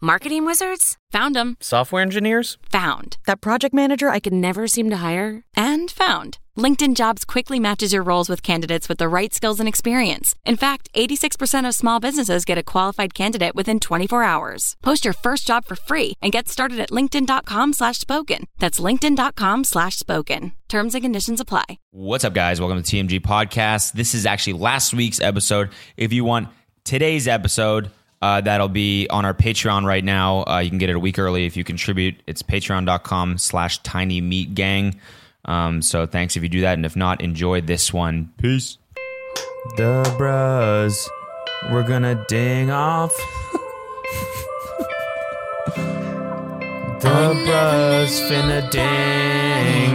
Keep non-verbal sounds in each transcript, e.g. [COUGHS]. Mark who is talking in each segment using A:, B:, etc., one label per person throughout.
A: Marketing wizards? Found them.
B: Software engineers?
A: Found.
C: That project manager I could never seem to hire?
A: And found. LinkedIn Jobs quickly matches your roles with candidates with the right skills and experience. In fact, 86% of small businesses get a qualified candidate within 24 hours. Post your first job for free and get started at linkedin.com slash spoken. That's linkedin.com slash spoken. Terms and conditions apply.
D: What's up, guys? Welcome to TMG Podcast. This is actually last week's episode. If you want today's episode, uh, that'll be on our Patreon right now. Uh, you can get it a week early if you contribute. It's patreon.com slash tiny meat gang. Um, so thanks if you do that. And if not, enjoy this one. Peace. The bros, we're gonna ding off. the bros finna ding.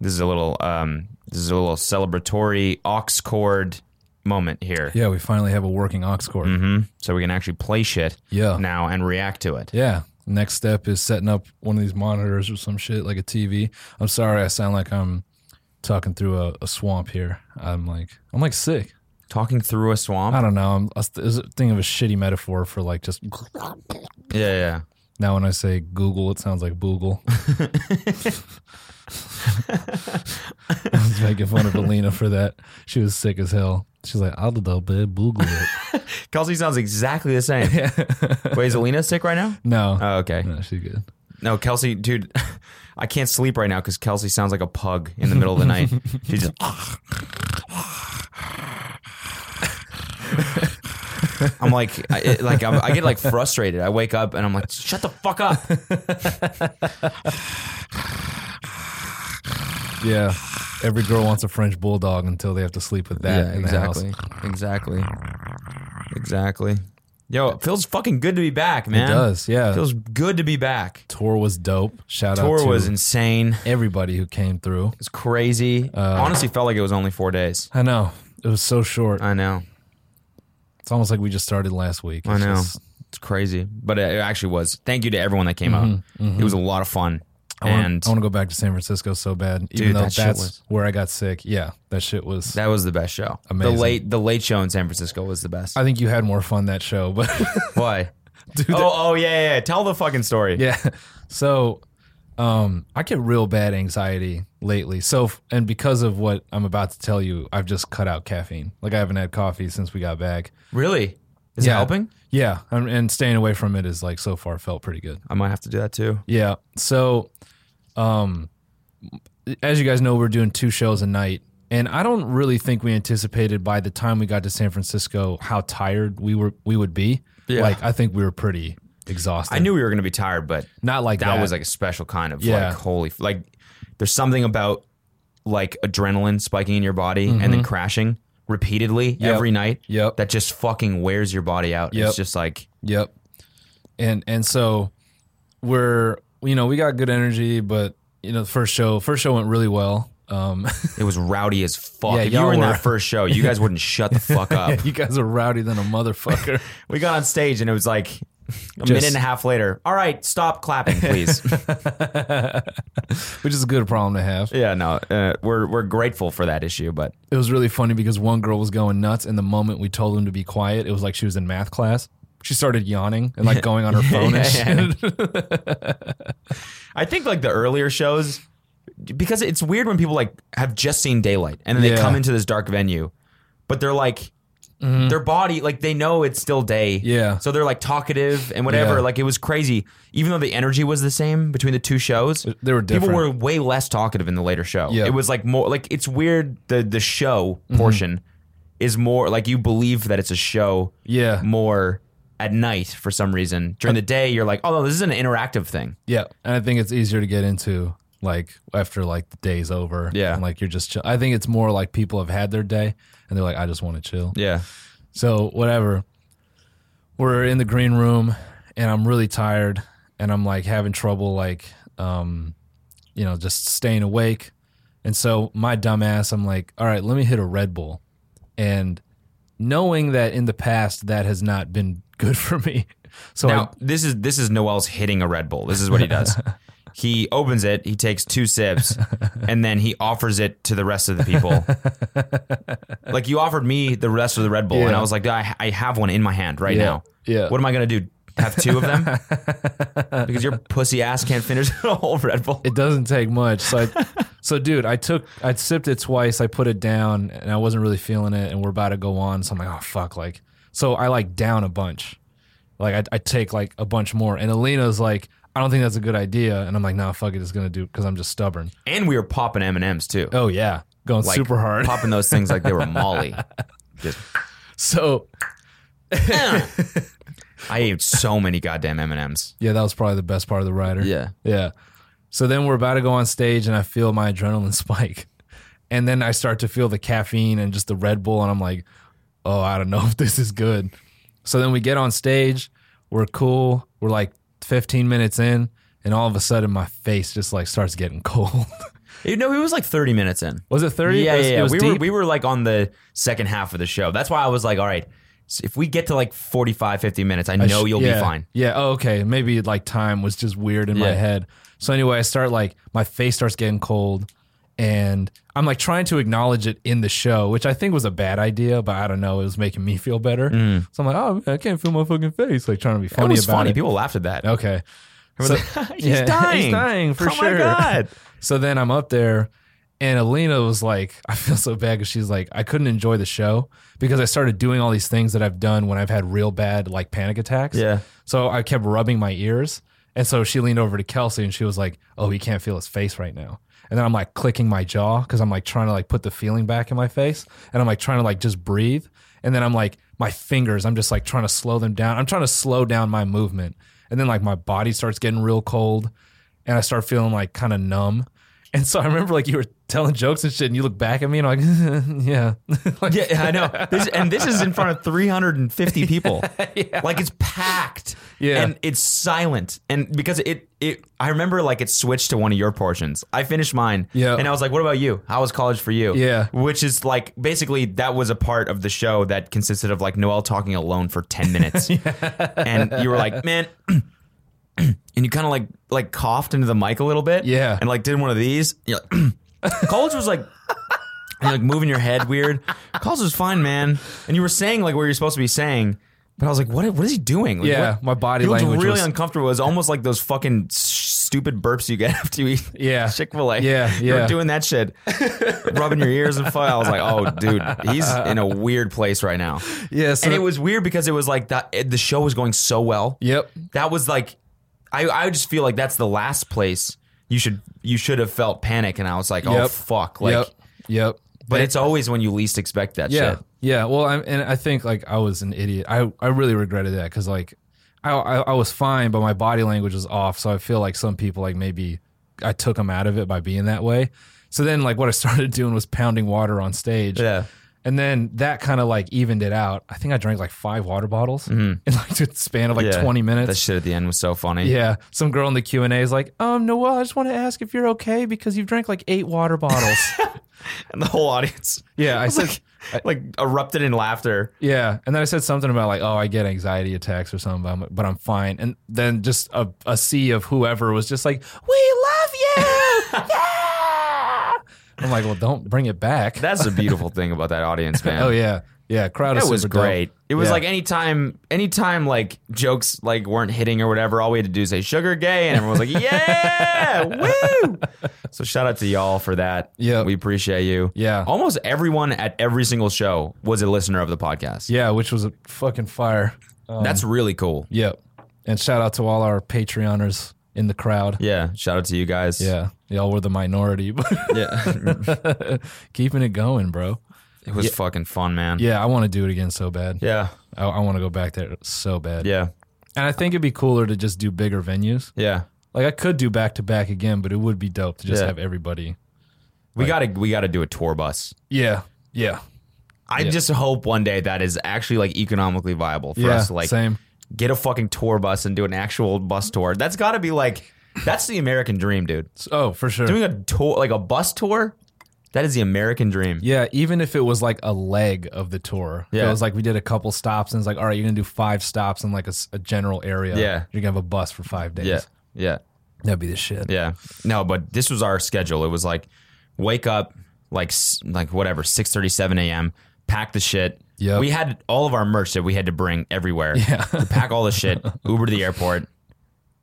D: This is a little, um, this is a little celebratory ox chord moment here.
E: Yeah, we finally have a working aux cord.
D: hmm So we can actually play shit
E: Yeah.
D: now and react to it.
E: Yeah. Next step is setting up one of these monitors or some shit like a TV. I'm sorry, I sound like I'm talking through a, a swamp here. I'm like, I'm like sick.
D: Talking through a swamp.
E: I don't know. I'm I was I was thinking of a shitty metaphor for like just. [SNIFFS]
D: Yeah, yeah.
E: Now when I say Google, it sounds
D: [LAUGHS]
E: like Boogle. [LAUGHS] I was making fun of Alina for that. She was sick as hell. She's like, I'll do bed Boogle
D: [LAUGHS]
E: it.
D: Kelsey sounds exactly the
E: [LAUGHS]
D: same. Wait, is Alina sick right now?
E: No,
D: Oh, okay.
E: no, she's good.
D: No, Kelsey, dude, [LAUGHS] I can't sleep right now because Kelsey sounds like a pug in the middle of the [LAUGHS] night. She just. I'm like, I, it- like I'm, I get like frustrated. I wake up and I'm like, shut the fuck [LAUGHS] up.
E: Yeah, every girl wants a French bulldog until they have to sleep with that. in the house.
D: exactly, exactly, exactly. Yo, it feels fucking good to be back, man.
E: It does, yeah.
D: feels good to be back.
E: tour was dope. Shout out
D: Tour
E: to
D: was insane.
E: everybody who came through.
D: It's crazy.
E: Uh,
D: Honestly, felt like it was only four days.
E: I know it was so short.
D: I know.
E: It's almost like we just started last week.
D: I
E: It's
D: know.
E: just-
D: It's crazy, but it actually was. Thank you to everyone that came out. It was a lot of fun.
E: Mm-hmm, I wanna-
D: and
E: I want to go back to San Francisco so bad, even
D: Dude,
E: though
D: that shit
E: that's
D: was-
E: where I got sick. Yeah, that shit was.
D: that was the best show.
E: Amazing.
D: The late the late show in San Francisco was the best.
E: I think you had more fun that show, but
D: [LAUGHS]
E: [LAUGHS]
D: Why? oh, oh yeah, yeah, yeah. Tell the fucking story.
E: yeah. So, um, I get real bad anxiety lately. So, f- and because of what I'm about to tell you, I've just cut out caffeine. Like I haven't had coffee since we got back.
D: Really? Is it
E: Yeah.
D: helping?
E: Yeah, and, and staying away from it is like so far felt pretty good.
D: I might have to do that too.
E: Yeah. So, um, as you guys know, we're doing two shows a night, and I don't really think we anticipated by the time we got to San Francisco how tired we were we would be.
D: Yeah.
E: Like I think we were pretty exhausted.
D: I knew we were gonna be tired, but
E: not like
D: that
E: that,
D: was like a special kind of
E: Yeah.
D: like holy f- like there's something about like adrenaline spiking in your body and then crashing repeatedly
E: Mm-hmm. Yep.
D: every night
E: Yep.
D: that just fucking wears your body out
E: Yep.
D: it's just like
E: Yep. And and so we're you know we got good energy, but you know the first show first show went really well. Um, [LAUGHS]
D: it was rowdy as fuck
E: Yeah,
D: if you were
E: y'all
D: in
E: were-
D: that first show you guys wouldn't shut the fuck up [LAUGHS]
E: you guys are rowdy than a motherfucker.
D: we got on stage and it was like a minute
E: Just-
D: and a half later all right stop clapping please
E: which is a good problem to have.
D: [LAUGHS] yeah no uh, we're we're grateful for that issue but
E: It was really funny because one girl was going nuts, and the moment we told them to be quiet, it was like she was in math class. She started yawning and like going on her phone and shit. [LAUGHS]
D: I think like the earlier shows, because it's weird when people like have just seen daylight and then they
E: Yeah. Mm-hmm.
D: come into this dark venue, but they're like, their body like they know it's still day,
E: Yeah.
D: So they're like talkative and whatever.
E: Yeah.
D: Like it was crazy, even though the energy was the same between the two shows.
E: They were
D: People
E: different.
D: were way less talkative in the later show.
E: Yeah. Mm-hmm.
D: It was like more like it's weird. The the show portion is more like you believe that it's a show.
E: Yeah.
D: More at night for some reason. During the day, you're like, oh no, this is an interactive thing.
E: yeah, and I think it's easier to get into like after like the day's over.
D: Yeah.
E: and like you're just. Chill. I think it's more like people have had their day and they're like, I just want to chill.
D: Yeah.
E: So whatever. We're in the green room and I'm really tired and I'm like having trouble like um you know just staying awake. And so my dumbass I'm like, "All right, let me hit a Red Bull." And knowing that in the past that has not been good [LAUGHS] for me. So I- [LAUGHS]
D: Now this is this is Noel's hitting a Red Bull. This is what he does. He opens it, he takes two sips, and then he offers it to the rest of the
E: [LAUGHS]
D: people. like you offered me the rest of the Red Bull, and
E: Yeah.
D: I was like, I, I have one in my hand right
E: Yeah.
D: now.
E: Yeah.
D: What am I gonna do? Have two of
E: [LAUGHS]
D: them? because your pussy ass can't finish [LAUGHS] the whole Red Bull.
E: It doesn't take much. So, I, [LAUGHS] so dude, I took, I sipped it twice. I put it down, and I wasn't really feeling it. And we're about to go on, so I'm like, oh fuck, like. So I like down a bunch, like I, I take like a bunch more. And Alina's like, I don't think that's a good idea. And I'm like, nah, fuck it, it's gonna do because I'm just stubborn.
D: And we were popping M and M's too.
E: Oh yeah, going
D: Like,
E: super hard.
D: Popping those things like they were Molly.
E: [LAUGHS] so
D: I ate so many goddamn M and M's.
E: yeah, that was probably the best part of the rider. Yeah. So then we're about to go on stage and I feel my adrenaline [LAUGHS] spike. And then I start to feel the caffeine and just the Red Bull and I'm like, "Oh, I don't know [LAUGHS] if this is good." So then we get on stage, we're cool, we're like 15 minutes in and all of a sudden my face just like starts getting [LAUGHS] cold.
D: You know, it was like thirty minutes in.
E: was it 30?
D: Yeah,
E: it was,
D: yeah,
E: It was
D: we were
E: deep.
D: we were like on the second half of the show. That's why I was like, all right, s- if we get to like 45, 50 minutes, I,
E: I
D: know
E: sh-
D: you'll
E: yeah.
D: be fine.
E: Yeah. Oh, okay. Maybe like time was just weird in my
D: Yeah.
E: head. So anyway, I start like my face starts getting cold, and I'm like trying to acknowledge it in the show, which I think was a bad idea, but I don't know. It was making me [LAUGHS] feel better. So I'm like, oh, I can't feel my fucking face. Like trying to be
D: Mm. That
E: funny
D: was
E: about
D: funny.
E: it.
D: People laughed at that.
E: Okay.
D: Everyone's like, [LAUGHS] he's dying.
E: [LAUGHS] He's dying for
D: oh
E: sure.
D: my
E: [LAUGHS]
D: god.
E: So then I'm up there, and Alina was like, [LAUGHS] I feel so bad because she's like, I couldn't enjoy the show because I started doing all these things that I've done when I've had real bad like panic attacks.
D: Yeah.
E: So I kept rubbing my ears. And so she leaned over to Kelsey and she was like, Oh, he can't feel his face right now. And then I'm like clicking my jaw because I'm like trying to like put the feeling back in my face. And I'm like trying to like just breathe. And then I'm like, my fingers, I'm just like trying to slow them down. I'm trying to slow down my movement. And then like my body starts getting real cold and I start feeling like kind of numb. And so I remember like you were telling jokes and shit and you look back at me and I'm like, [LAUGHS] Yeah.
D: [LAUGHS]
E: Like,
D: Yeah, I know. This, and this is in front of
E: [LAUGHS]
D: 350 people. Like it's packed.
E: Yeah.
D: And it's silent. And because it it I remember like it switched to one of your portions. I finished mine.
E: Yeah.
D: And I was like, what about you? How was college for you?
E: Yeah.
D: Which is like basically that was a part of the show that consisted of like Noel talking alone for
E: [LAUGHS]
D: 10 minutes. And you were like, man, [CLEARS THROAT] and you kind of like like coughed into the mic a little bit.
E: Yeah.
D: And like did one of these. You're like, [CLEARS THROAT] college was like and like moving your head weird. College was fine, man. And you were saying like what you're supposed to be saying, but I was like, what what is he doing? Like,
E: Yeah,
D: what-
E: my body
D: he looked
E: language
D: really
E: was-
D: uncomfortable. It was almost like those fucking s- stupid burps you get [LAUGHS] after you eat
E: Yeah.
D: Chick Fil A.
E: Yeah,
D: you were
E: yeah.
D: doing that shit, rubbing your ears and fuck. I was like, oh, dude, he's in a weird place right now.
E: Yeah. So
D: and it was weird because it was like that. It, the show was going so well.
E: Yep.
D: That was like, I I just feel like that's the last place you should you should have felt panic. And I was like, oh
E: Yep.
D: fuck, like.
E: yep. Yep.
D: But it's always when you least expect that
E: yeah,
D: shit.
E: Yeah, well, I'm, and I think like I was an idiot. I I really regretted that because like I, I I was fine, but my body language was off. So I feel like some people like maybe I took them out of it by being that way. So then like what I [LAUGHS] started doing was pounding water on stage.
D: Yeah.
E: And then that kind of like evened it out. I think I drank like five water bottles in like the span of like
D: Mm-hmm. Yeah.
E: 20 minutes.
D: That shit at the end was so funny.
E: Yeah, some girl in the Q and A is like, "Um, Noel, I just want to ask if you're okay because you've drank like eight
D: [LAUGHS]
E: water bottles."
D: And the whole audience
E: yeah, I said,
D: like, like erupted in laughter.
E: Yeah, and then I said something about like, oh, I get anxiety attacks or something, but I'm, but I'm fine. And then just a, a sea of whoever was just like, we love
D: [LAUGHS]
E: you. yeah. I'm like, well, don't bring it back.
D: That's the beautiful thing about that audience, man.
E: [LAUGHS] oh yeah, yeah. Crowd
D: That
E: is
D: was
E: super dope.
D: great. It was
E: Yeah.
D: like anytime anytime like jokes like weren't hitting or whatever, all we had to do is say sugar gay and everyone was like,
E: [LAUGHS]
D: Yeah, woo. So shout out to y'all for that.
E: Yeah.
D: We appreciate you.
E: Yeah.
D: Almost everyone at every single show was a listener of the podcast.
E: yeah, which was a fucking fire.
D: That's really cool.
E: Yep. And shout out to all our Patreoners in the crowd.
D: Yeah. Shout out to you guys.
E: Yeah, y'all were the minority, but
D: Yeah. [LAUGHS] Mm-hmm.
E: [LAUGHS] keeping it going, bro.
D: It was fucking fun, man.
E: Yeah, I want to do it again so bad.
D: Yeah.
E: I, I want to go back there so bad.
D: Yeah.
E: And I think it'd be cooler to just do bigger venues.
D: Yeah.
E: Like I could do back to back again, but it would be dope to just
D: Yeah.
E: have everybody.
D: We gotta we gotta do a tour bus.
E: Yeah, yeah,
D: I just hope one day that is actually like economically viable for
E: yeah.
D: us to like
E: same.
D: get a fucking tour bus and do an actual bus tour. That's gotta be like that's the American dream, dude.
E: Oh, for sure.
D: Doing a tour like a bus tour, that is the American dream.
E: yeah, even if it was like a leg of the tour. If
D: Yeah.
E: it was like we did a couple stops and it's like, all right, you're gonna do five stops in like a, s- a general area.
D: Yeah.
E: you're gonna have a bus for five days.
D: Yeah.
E: That'd be the shit.
D: Yeah. No, but this was our schedule. It was like wake up like s- like whatever 6:37 a.m. Pack the shit.
E: Yep.
D: We had all of our merch that we had to bring everywhere.
E: Yeah.
D: [LAUGHS] We pack all the shit. Uber to the airport.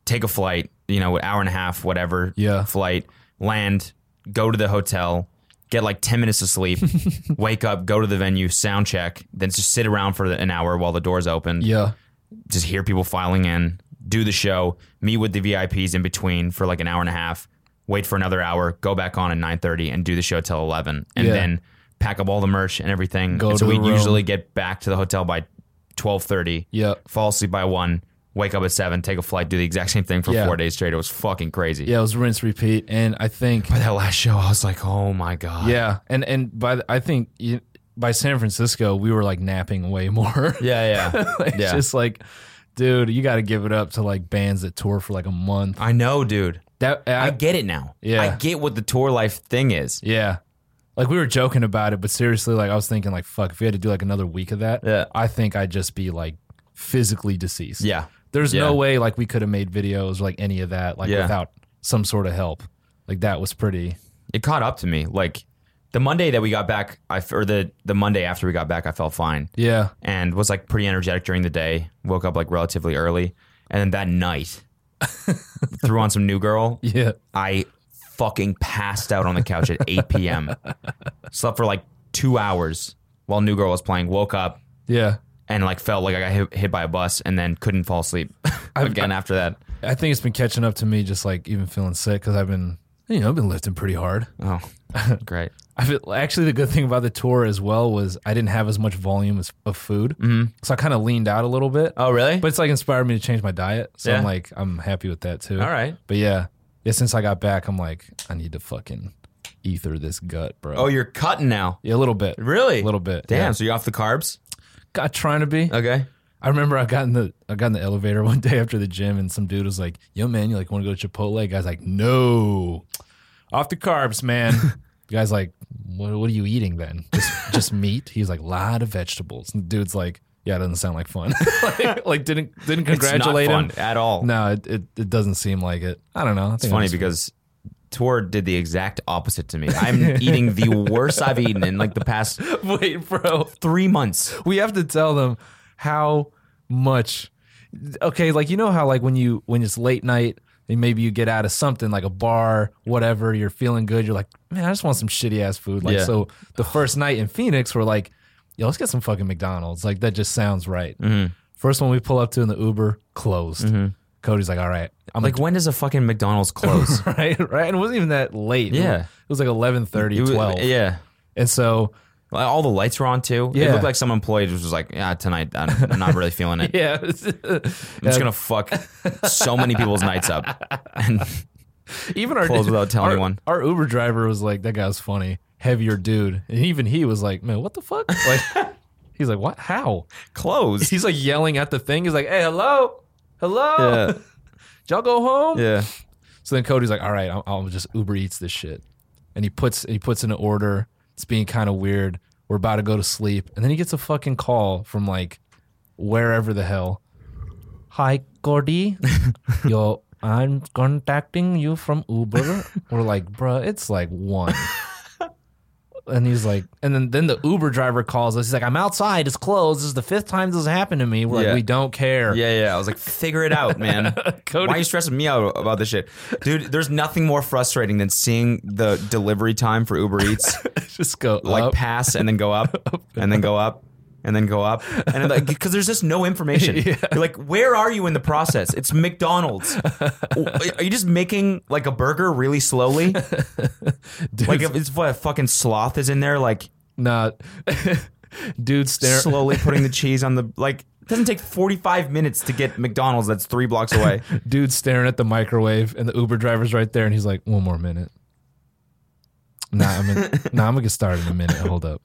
D: Take a flight. You know, an hour and a half, whatever.
E: Yeah.
D: Flight. Land. Go to the hotel. Get like 10 minutes of
E: [LAUGHS]
D: sleep. wake up. Go to the venue. Sound check. Then just sit around for an hour while the doors open
E: Yeah.
D: just hear people filing in, do the show, meet with the VIPs in between for like an hour and a half, wait for another hour, go back on at nine thirty, and do the show till eleven, and
E: Yeah.
D: then pack up all the merch and everything.
E: Go
D: and so
E: to
D: we
E: the room.
D: usually get back to the hotel by twelve thirty.
E: Yeah.
D: fall asleep by one, wake up at seven, take a flight, do the exact same thing for
E: Yeah.
D: four days straight. It was fucking crazy.
E: Yeah. It was rinse repeat, and I think
D: By that last show, I was like, oh my god.
E: yeah, and and by the, I think you, by San Francisco we were like napping way [LAUGHS] more.
D: Yeah, yeah,
E: [LAUGHS] like,
D: yeah.
E: Just like, dude, you got to give it up to like bands that tour for like a month.
D: I know, dude.
E: That
D: I
E: I,
D: get it now.
E: Yeah.
D: I get what the tour life thing is.
E: yeah. Like we were joking about it, but seriously, like I was thinking, like fuck, if we had to do like another week of that,
D: Yeah.
E: I think I'd just be like physically deceased.
D: Yeah.
E: There's
D: Yeah.
E: no way like we could have made videos like any of that like
D: Yeah.
E: without some sort of help. Like that was pretty.
D: it caught up to me. Like the Monday that we got back, I or the the Monday after we got back, I felt fine
E: Yeah.
D: and was like pretty energetic during the day. Woke up like relatively early, and then that [LAUGHS] night threw on some New Girl.
E: Yeah.
D: I fucking passed out on the couch at 8 p.m. Slept for like two hours while New Girl was playing. Woke up
E: Yeah.
D: and like felt like I got hit, hit by a bus, and then couldn't fall [LAUGHS] asleep again after that.
E: I think it's been catching up to me just like even feeling sick cuz I've been you know, I've been lifting pretty hard.
D: Oh, great.
E: I feel, actually the good thing about the tour as well was I didn't have as much volume as, of food. Mm-hmm. So I kind of leaned out a little bit.
D: Oh, really?
E: But it's like inspired me to change my diet. So
D: Yeah.
E: I'm like I'm happy with that too.
D: all right.
E: But yeah, yeah, since I got back I'm like I need to fucking ether this gut, bro.
D: Oh, you're cutting now.
E: yeah, a little bit.
D: Really?
E: A little bit.
D: Damn.
E: yeah.
D: So you're off the carbs.
E: God, trying to be.
D: Okay.
E: I remember I got in the I got in the elevator [LAUGHS] one day after the gym, and some dude was like, "Yo, man, you like want to go to Chipotle?" Guy's like, "No, off the
D: [LAUGHS]
E: carbs, man." the guy's like, "What? What are you eating then? Just just meat?" He's like, "Lot of vegetables." And the dude's like, "Yeah, it doesn't sound like fun." [LAUGHS] like, like, didn't didn't congratulate
D: it's not
E: him.
D: fun at all.
E: No, it, it it doesn't seem like it. I don't know. I
D: it's funny because Tor did the exact opposite to me.
E: [LAUGHS]
D: I'm eating the worst I've eaten in like the past
E: wait, bro,
D: three months.
E: we have to tell them how much okay like you know how like when you when it's late night and maybe you get out of something like a bar whatever you're feeling good you're like man i just want some shitty ass food like
D: Yeah.
E: so the first night in phoenix we're like yo let's get some fucking mcdonald's like that just sounds right
D: Mm-hmm.
E: first one we pull up to in the uber closed cody's like all right i'm like
D: Like when does a fucking McDonald's
E: [LAUGHS]
D: close?
E: right right and it wasn't even that late
D: Yeah.
E: it was like 11.30
D: It was-
E: 12
D: Yeah.
E: and so
D: Like, All the lights were on too. It
E: Yeah.
D: looked like some employee just was like, "Yeah, tonight I'm, I'm not really feeling it.
E: [LAUGHS]
D: [LAUGHS]
E: yeah
D: I'm just gonna fuck so many people's nights up." And
E: even our
D: Close without telling
E: our-
D: anyone.
E: Our Uber driver was like, "That guy was funny, heavier dude," and even he was like, "Man, what
D: [LAUGHS]
E: the fuck?" Like, he's like, "What? How?" [LAUGHS]
D: close.
E: He's like yelling at the thing. He's like, "Hey, hello, hello,
D: Yeah.
E: [LAUGHS] y'all go home."
D: Yeah.
E: So then Cody's like, "All right, I'll, I'll just Uber Eats this shit," and he puts he puts in an order. It's being kind of weird. We're about to go to sleep, and then he gets a fucking call from like wherever the hell. Hi,
D: [LAUGHS]
E: Cody. Yo, I'm contacting you from Uber. We're like, bruh, it's like one. And he's like, and then, then the Uber driver calls us. He's like, I'm outside. It's closed. This is the fifth time this has happened to me. We're
D: Yeah.
E: like, we don't care.
D: Yeah, yeah. I was like, figure it out, man.
E: Cody-
D: Why are you stressing me out about this shit? Dude, there's nothing more frustrating than seeing the delivery time for Uber
E: [LAUGHS]
D: Eats
E: Just go
D: like
E: up.
D: pass and then go
E: [LAUGHS]
D: up, and then go up and then go up and like because there's just no information
E: [LAUGHS]
D: you're like where are you in the process it's mcdonald's are you just making like a burger really slowly like if it's what a fucking sloth is in there like
E: not [LAUGHS] dude stare
D: slowly
E: [LAUGHS]
D: putting the cheese on the like it doesn't take 45 minutes to get mcdonald's that's three blocks
E: [LAUGHS]
D: away
E: dude staring at the microwave and the uber driver's right there and he's like one more minute nah
D: [LAUGHS]
E: i'm in, nah, i'm gonna get started in a minute hold up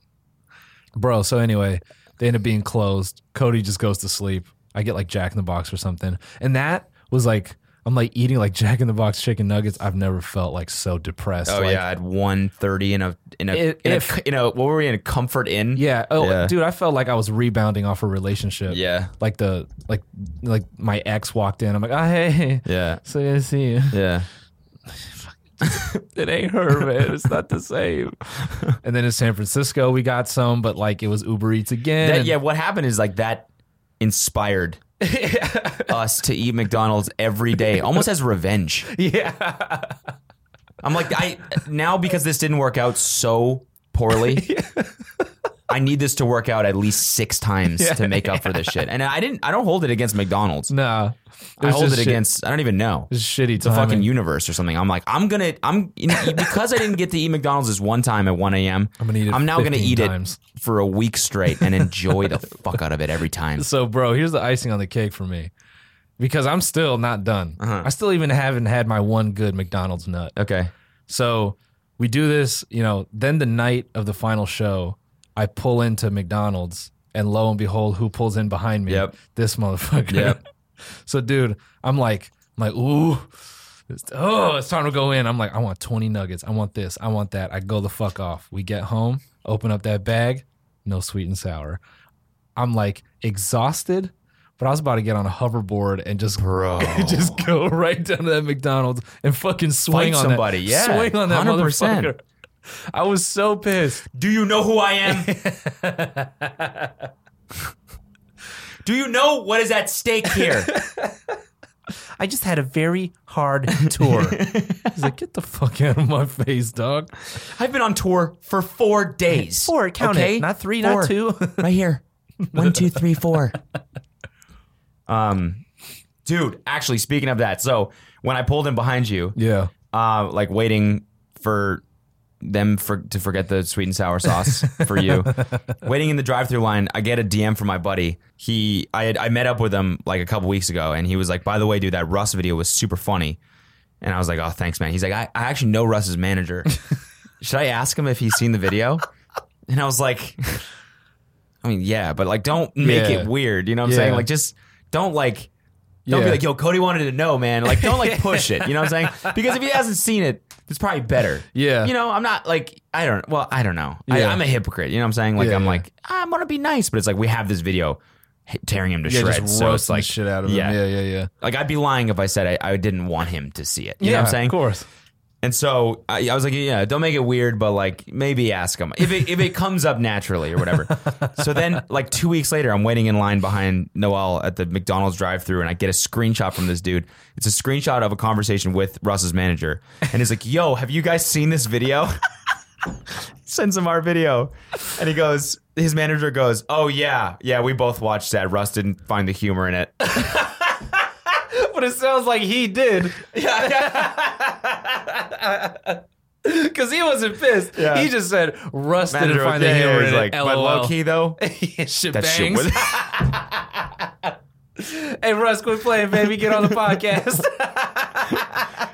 E: bro so anyway they end up being closed cody just goes to sleep i get like jack in the box or something and that was like I'm like eating like Jack in the Box chicken nuggets. I've never felt like so depressed.
D: Oh
E: like,
D: yeah, at one thirty in a in a,
E: If-
D: in,
E: if-
D: a you know what were we in a comfort inn?
E: Yeah. Oh,
D: Yeah.
E: dude, I felt like I was rebounding off a relationship.
D: Yeah.
E: Like the like like my ex walked in. I'm like, oh hey,
D: yeah,
E: so good to see you.
D: yeah.
E: It ain't her, man. It's not the same. [LAUGHS] and then in San Francisco, we got some, but like it was Uber Eats again.
D: That, yeah, what happened is like that
E: [LAUGHS]
D: inspired us to eat McDonald's every day, almost as revenge.
E: [LAUGHS] yeah.
D: I'm like, I now because this didn't work out so
E: [LAUGHS]
D: poorly. I need this to work out at least six times to make up for this shit. And I didn't. I don't hold it against McDonald's.
E: Nah.
D: I
E: was
D: hold
E: just
D: it
E: shit-
D: against. I don't even know.
E: it was shitty
D: the
E: timing.
D: fucking universe or something. I'm like, I'm gonna, I'm you know, because I didn't get to eat McDonald's this one time at 1 a.m.
E: I'm gonna eat it
D: I'm now gonna
E: 15
D: eat
E: times.
D: it for a week straight and enjoy [LAUGHS] the fuck out of it every time.
E: So, bro, here's the icing on the cake for me, because I'm still not done. I still even haven't had my one good McDonald's nut.
D: Uh-huh. Okay.
E: So we do this, you know. Then the night of the final show, I pull into McDonald's, and lo and behold, who pulls in behind me?
D: Yep.
E: This motherfucker.
D: Yep.
E: [LAUGHS] so, dude, I'm like, I'm like, ooh. it's- Oh, it's time to go in. I'm like, I want 20 nuggets. I want this. I want that. I go the fuck off. We get home, open up that bag, no sweet and sour. I'm like exhausted, but I was about to get on a hoverboard [LAUGHS] and just
D: Bro.
E: just go right down to that McDonald's and fucking swing
D: Fight
E: on
D: somebody,
E: That,
D: yeah,
E: swing on
D: 100%.
E: that motherfucker. [LAUGHS] I was so pissed.
D: Do you know who I [LAUGHS] am? Do you know what is at stake [LAUGHS] here?
E: I just had a very hard tour. [LAUGHS] He's like, get the fuck out of my face, dog.
D: I've been on tour for four days. okay? Four. right here. One, two, three, four. Um, dude. Actually, speaking of that, so when I pulled in behind you,
E: [LAUGHS] yeah.
D: uh, like waiting for them for to forget the sweet and sour sauce for
E: [LAUGHS]
D: you. waiting in the drive-through line, I get a DM from my buddy. He, I had, I met up with him like a couple weeks ago, and he was like, "By the way, dude, that Russ video was super funny." And I was like, "Oh, thanks, man." He's like, "I, I actually know Russ's
E: [LAUGHS]
D: manager. Should I ask him if he's seen the video?" And I was like, [LAUGHS] "I mean, yeah, but like, don't make
E: Yeah.
D: it weird. You know what I'm
E: Yeah.
D: saying? Like, just don't like." Don't
E: Yeah.
D: be like, yo, Cody wanted to know, man. Like, don't like push it. You know what I'm
E: [LAUGHS]
D: saying? Because if he hasn't seen it, it's probably better.
E: Yeah.
D: You know, I'm not like, I don't, well, I don't know. I,
E: Yeah.
D: I'm a hypocrite. You know what I'm saying? Like,
E: Yeah,
D: I'm
E: yeah.
D: like, I'm going to be nice, but it's like, we have this video h- tearing him to
E: Yeah,
D: shreds.
E: just
D: So
E: roast
D: it's like,
E: shit out of
D: yeah.
E: him. Yeah, yeah, yeah.
D: like, I'd be lying if I said I, I didn't want him to see it. You know what I'm saying?
E: Of course.
D: And so I, I was like, yeah, don't make it weird, but like maybe ask him if it if it comes up naturally or whatever.
E: [LAUGHS]
D: so then, like two weeks later, I'm waiting in line behind Noel at the McDonald's drive-through, and I get a screenshot from this dude. It's a screenshot of a conversation with Russ's manager, and he's like, "Yo, have you guys seen this video?" [LAUGHS] Sends him our video, and he goes, his manager goes, "Oh yeah, yeah, we both watched that. Russ didn't find the humor in
E: [LAUGHS]
D: it."
E: But it sounds like he did. [LAUGHS] Because he wasn't pissed.
D: Yeah.
E: He just said, Russ
D: Manager
E: didn't find the
D: was- yeah,
E: humor
D: yeah,
E: in
D: he's
E: like, it.
D: but low
E: [LAUGHS]
D: key though,
E: shit
D: that shit
E: bangs.
D: was.
E: Hey, Russ, quit playing, baby. Get on the podcast.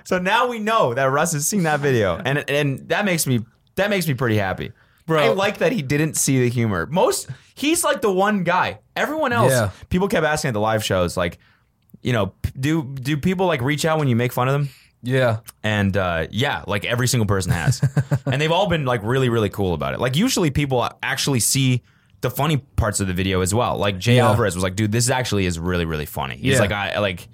D: So now we know that Russ has seen that video, and and that makes me that makes me pretty happy.
E: Bro.
D: I like that he didn't see the humor. Most he's like the one guy. Everyone else,
E: Yeah.
D: people kept asking at the live shows, like, you know, p- do do people like reach out when you make fun of them?
E: [LAUGHS] yeah.
D: And uh, yeah, like every single person
E: [LAUGHS]
D: has, and they've all been like really really cool about it. Like usually people actually see. The funny parts of the video as well. Like Jay
E: Yeah.
D: Alvarez was like, "Dude, this actually is really, really funny." He's
E: Yeah.
D: like, "I like,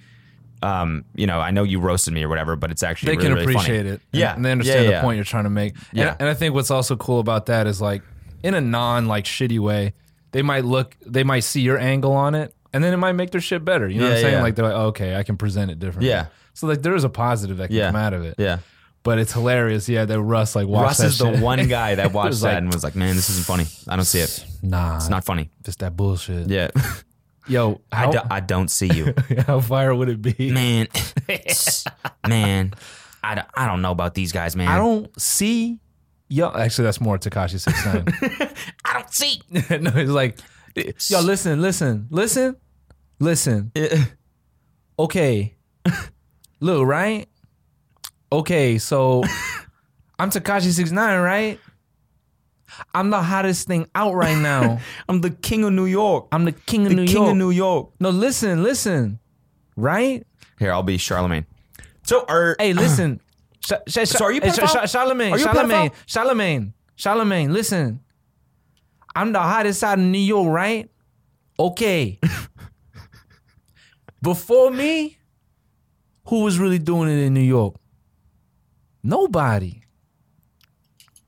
D: um, you know, I know you roasted me or whatever, but it's actually
E: they
D: really,
E: can
D: really funny."
E: appreciate it. and-
D: Yeah,
E: and they understand
D: Yeah,
E: the
D: yeah.
E: point you're trying to make. And,
D: Yeah.
E: and I think what's also cool about that is like in a non like shitty way, they might look, they might see your angle on it, and then it might make their shit better. You know what
D: Yeah,
E: I'm saying?
D: yeah.
E: Like they're like, okay, I can present it differently.
D: Yeah.
E: So like there is a positive that can
D: Yeah.
E: come out of it.
D: Yeah,
E: But it's hilarious. Yeah, that Russ like watched
D: Russ
E: that
D: is the
E: shit.
D: one guy
E: [LAUGHS]
D: that watched
E: was
D: that
E: like-
D: and was like, "Man, this isn't funny. I don't see it.
E: Nah,
D: It's not funny."
E: just that bullshit.
D: Yeah,
E: Yo,
D: [LAUGHS] I,
E: how,
D: do, I don't see you,
E: [LAUGHS] how fire would it be?
D: man. [LAUGHS] man, I, don't- I don't know about these guys, man.
E: I don't see. Yo, actually, that's more Takashi Six Nine.
D: [LAUGHS]
E: [LAUGHS]
D: I don't see.
E: no, he's like, [LAUGHS] yo, listen, listen, listen, listen.
D: [LAUGHS]
E: Okay, look, right? Okay, so
D: [LAUGHS]
E: I'm Takashi Six Nine, right? I'm the hottest thing out right
D: [LAUGHS]
E: now.
D: I'm the king of New York.
E: I'm the king of New
D: king
E: York.
D: of New York.
E: no, listen, listen, right?
D: Here, I'll be Charlemagne. So, are,
E: Hey, [CLEARS THROAT] listen. Sa- sa- sa-
D: So are you
E: hey, Sa-
D: pedophile?
E: Sa- Charlemagne,
D: Are you a
E: Charlemagne,
D: pedophile?
E: Charlemagne, Charlemagne, listen. I'm the hottest out in New York, right?
D: [LAUGHS]
E: Okay. Before me, who was really doing it in New York? Nobody.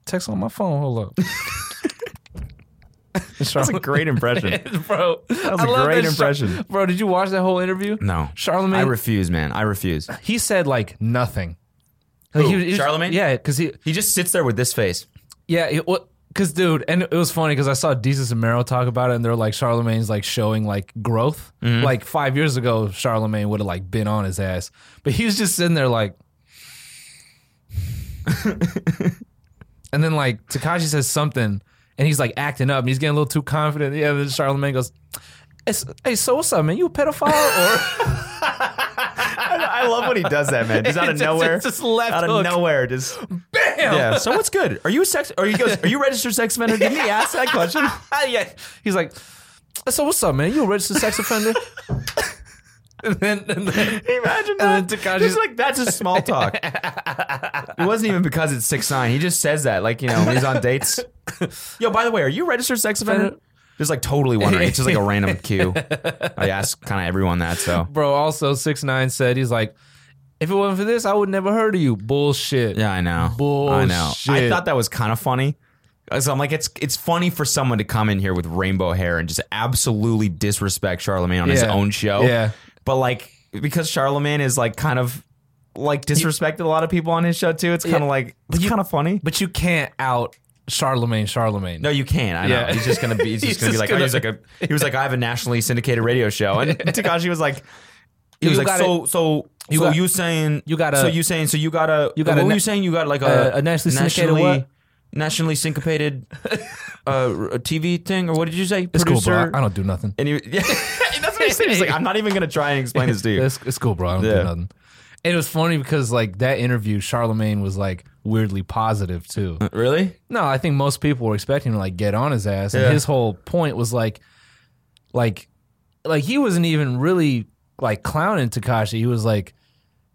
E: Text on my phone. Hold up.
D: [LAUGHS] that's a great impression.
E: [LAUGHS] bro. That's a
D: great impression.
E: bro, did you watch that whole interview?
D: No. I
E: Charlemagne
D: refuse, man. I refuse.
E: he said like nothing.
D: Who,
E: he was- he was-
D: Charlemagne?
E: Yeah, because he,
D: He just sits there with this face.
E: yeah, it, what? Because dude, and it was funny because I saw Jesus and Mero talk about it, and they're like Charlemagne's like showing like growth.
D: Mm-hmm.
E: Like five years ago, Charlemagne would have like been on his ass, but he was just sitting there like. [LAUGHS] and then like Takashi says something, and he's like acting up, and he's getting a little too confident. Yeah, then Charlemagne goes. "It's- Hey, so what's up, man? You a
D: [LAUGHS]
E: pedophile or
D: [LAUGHS] I love when he does that, man. Just out
E: [LAUGHS]
D: of
E: Just-
D: nowhere.
E: just left
D: out of
E: hook.
D: nowhere. Just Yeah. So what's good? Are you a sex? Or he goes, Are you registered sex
E: [LAUGHS]
D: offender? Didn't he ask that question?
E: yeah. He's like, so what's up, man? You a registered sex offender? [LAUGHS] and then, and then
D: Imagine that.
E: And then Takashi's-
D: just like that's just small talk. [LAUGHS] it wasn't even because it's six nine. He just says that, like you know, when he's on dates. Yo, by the way, are you a registered sex offender? Just like totally wondering. It's just like a [LAUGHS] random cue. I ask kind of everyone that. So
E: bro, also six nine said he's like, if it wasn't for this, I would never heard of you. Bullshit.
D: yeah, I know. I know. I
E: Bullshit.
D: thought that was kind of funny. So I'm like, it's it's funny for someone to come in here with rainbow hair and just absolutely disrespect Charlemagne on his
E: Yeah.
D: own show.
E: Yeah.
D: but like because Charlemagne is like kind of like disrespected a lot of people on his show too. It's kind of like it's kind of funny.
E: But you can't out Charlemagne. Charlemagne.
D: No, you can't. I know.
E: Yeah.
D: He's just gonna [LAUGHS]
E: [LAUGHS]
D: be. He's just
E: He's
D: gonna be like.
E: just
D: oh, he's like a. He was like, I have a nationally syndicated radio show, [LAUGHS] and Takashi was like, he
E: You
D: was like,
E: gotta-
D: so so
E: you
D: so
E: got-
D: you saying
E: you gotta-
D: so you saying so you got a you
E: You
D: got
E: gotta
D: what were
E: na-
D: you saying you got like a,
E: Uh, a nationally syndicated what?
D: nationally
E: [LAUGHS]
D: syncopated uh, r- a TV thing or what did you say
E: it's cool,
D: producer
E: bro. I, I don't do nothing.
D: and he [LAUGHS] yeah that's what he said he's
E: [LAUGHS]
D: like I'm not even gonna try and explain this to you
E: It's, it's cool, bro. I don't
D: Yeah.
E: do nothing. And it was funny because like that interview, Charlemagne was like weirdly positive too.
D: [LAUGHS] really
E: No, I think most people were expecting him to like get on his ass, and
D: Yeah.
E: his whole point was like, like, like he wasn't even really like clowning Takashi. He was like,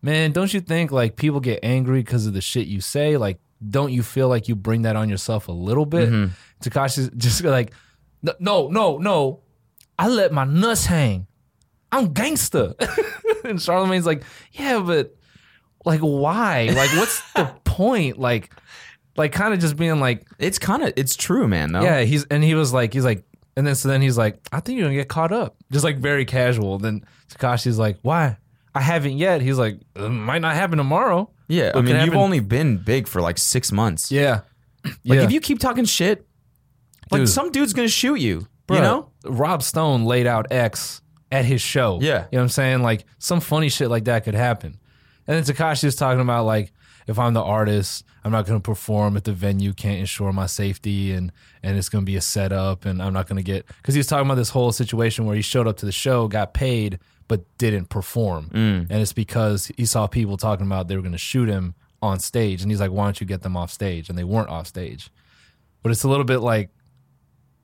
E: "Man, don't you think like people get angry because of the shit you say? Like, don't you feel like you bring that on yourself a little bit?" Takashi's [LAUGHS] just like, "No, "No, no, no, I let my nuts hang. I'm gangster." [LAUGHS] and Charlemagne's like, "Yeah, but like, why? Like, what's the point? Like." Like kind of just being like,
D: it's kind of it's true man though
E: yeah, he's and he was like, he's like, and then so then he's like, I think you're gonna get caught up, just like very casual. Then Takashi's like, why? I haven't yet. He's like, it might not happen tomorrow.
D: yeah I
E: But it
D: mean
E: could
D: you've
E: happen-
D: only been big for like six months
E: yeah,
D: Like
E: yeah.
D: if you keep talking shit, like
E: Dude.
D: some dude's gonna shoot you.
E: Bruh,
D: You know?
E: Rob Stone laid out X at his show.
D: Yeah.
E: you know what I'm saying? Like some funny shit like that could happen. And then Takashi is talking about like, if I'm the artist, I'm not going to perform if the venue can't ensure my safety, and and it's going to be a setup, and I'm not going to get because he was talking about this whole situation where he showed up to the show, got paid, but didn't perform,
D: Mm.
E: and it's because he saw people talking about they were going to shoot him on stage, and he's like, why don't you get them off stage? And they weren't off stage, but it's a little bit like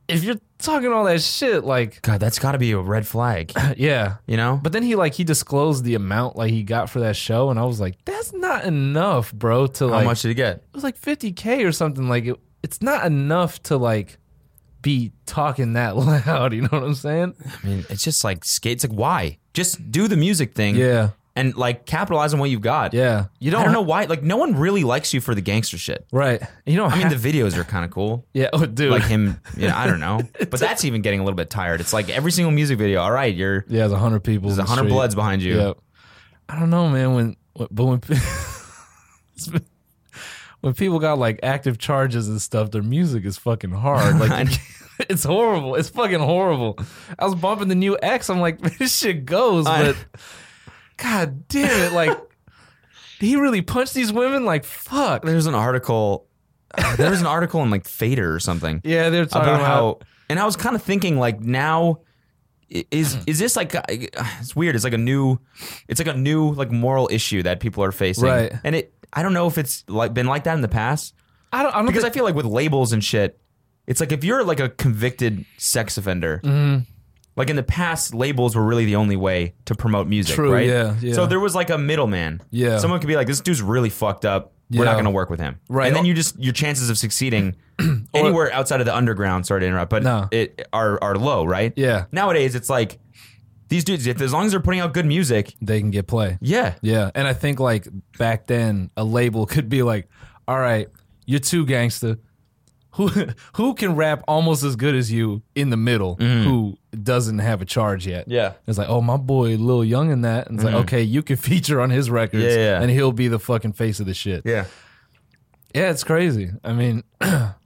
E: if you're talking all that shit, like [CLEARS THROAT]
D: God, that's gotta be a red flag.
E: yeah.
D: You know?
E: [LAUGHS] But then he like he disclosed the amount like he got for that show, and I was like, that's not enough, bro. To
D: how
E: like,
D: much did he get?
E: it was like fifty k or something. Like it, it's not enough to like be talking that [LAUGHS] loud. You know what I'm saying?
D: I mean, it's just like skate. It's like why? Just do the music thing.
E: Yeah,
D: And like capitalize on what you've got.
E: yeah. You
D: You
E: don't,
D: don't, I don't know why. Like no one really likes you for the gangster shit.
E: right? You don't.
D: I mean,
E: have,
D: the videos are kind of cool.
E: yeah, oh, [LAUGHS] dude.
D: Like him, you know, I don't
E: [LAUGHS]
D: know. But that's even getting a little bit tired. It's like every single music video. All right, you're
E: yeah, there's hundred people.
D: there's
E: in
D: a
E: the
D: hundred
E: street.
D: bloods behind you.
E: Yep. I don't know, man. When, when but [LAUGHS] when when people got like active charges and stuff, their music is fucking hard. [LAUGHS] Like it's horrible. It's fucking horrible. I was bumping the new X. I'm like, [LAUGHS] this shit goes,
D: I-
E: but god damn it, like. He really punched these women like
D: [LAUGHS]
E: fuck.
D: There's an article. there was an article in like Fader or something.
E: Yeah, they're talking
D: about
E: about,
D: how and I was kind of thinking like now i-
E: Hmm.
D: is is this like uh, it's weird it's like a new it's like a new like moral issue that people are facing
E: Right.
D: and it I don't know if it's like been like that in the past
E: I don't. I don't
D: because I
E: think-
D: feel
E: Mm-hmm.
D: like with labels and shit it's like if you're like a convicted sex offender Like in the past, labels were really the only way to promote music,
E: True,
D: right?
E: yeah, yeah.
D: So there was like a middleman.
E: Yeah.
D: Someone could be like, "This dude's really fucked up. We're not
E: Yeah.
D: going to work with him."
E: Right.
D: And then you just your chances of
E: [CLEARS THROAT]
D: succeeding anywhere outside of the underground. Sorry to interrupt, but
E: No.
D: it are are low, right?
E: Yeah.
D: Nowadays, it's like these dudes. If, as long as they're putting out good music,
E: They can get play.
D: yeah,
E: Yeah, and I think like back then, a label [LAUGHS] could be like, "All right, you're too gangster. Who [LAUGHS] who can rap almost as good as you in the middle?
D: Mm-hmm.
E: Who doesn't have a charge yet?
D: Yeah.
E: it's like, oh my boy, Lil Young in that, and it's like, okay, you can [LAUGHS] feature on his records,
D: Mm-hmm. Yeah, yeah.
E: and he'll be the fucking face of the shit.
D: yeah.
E: Yeah, it's crazy. I mean, [CLEARS THROAT]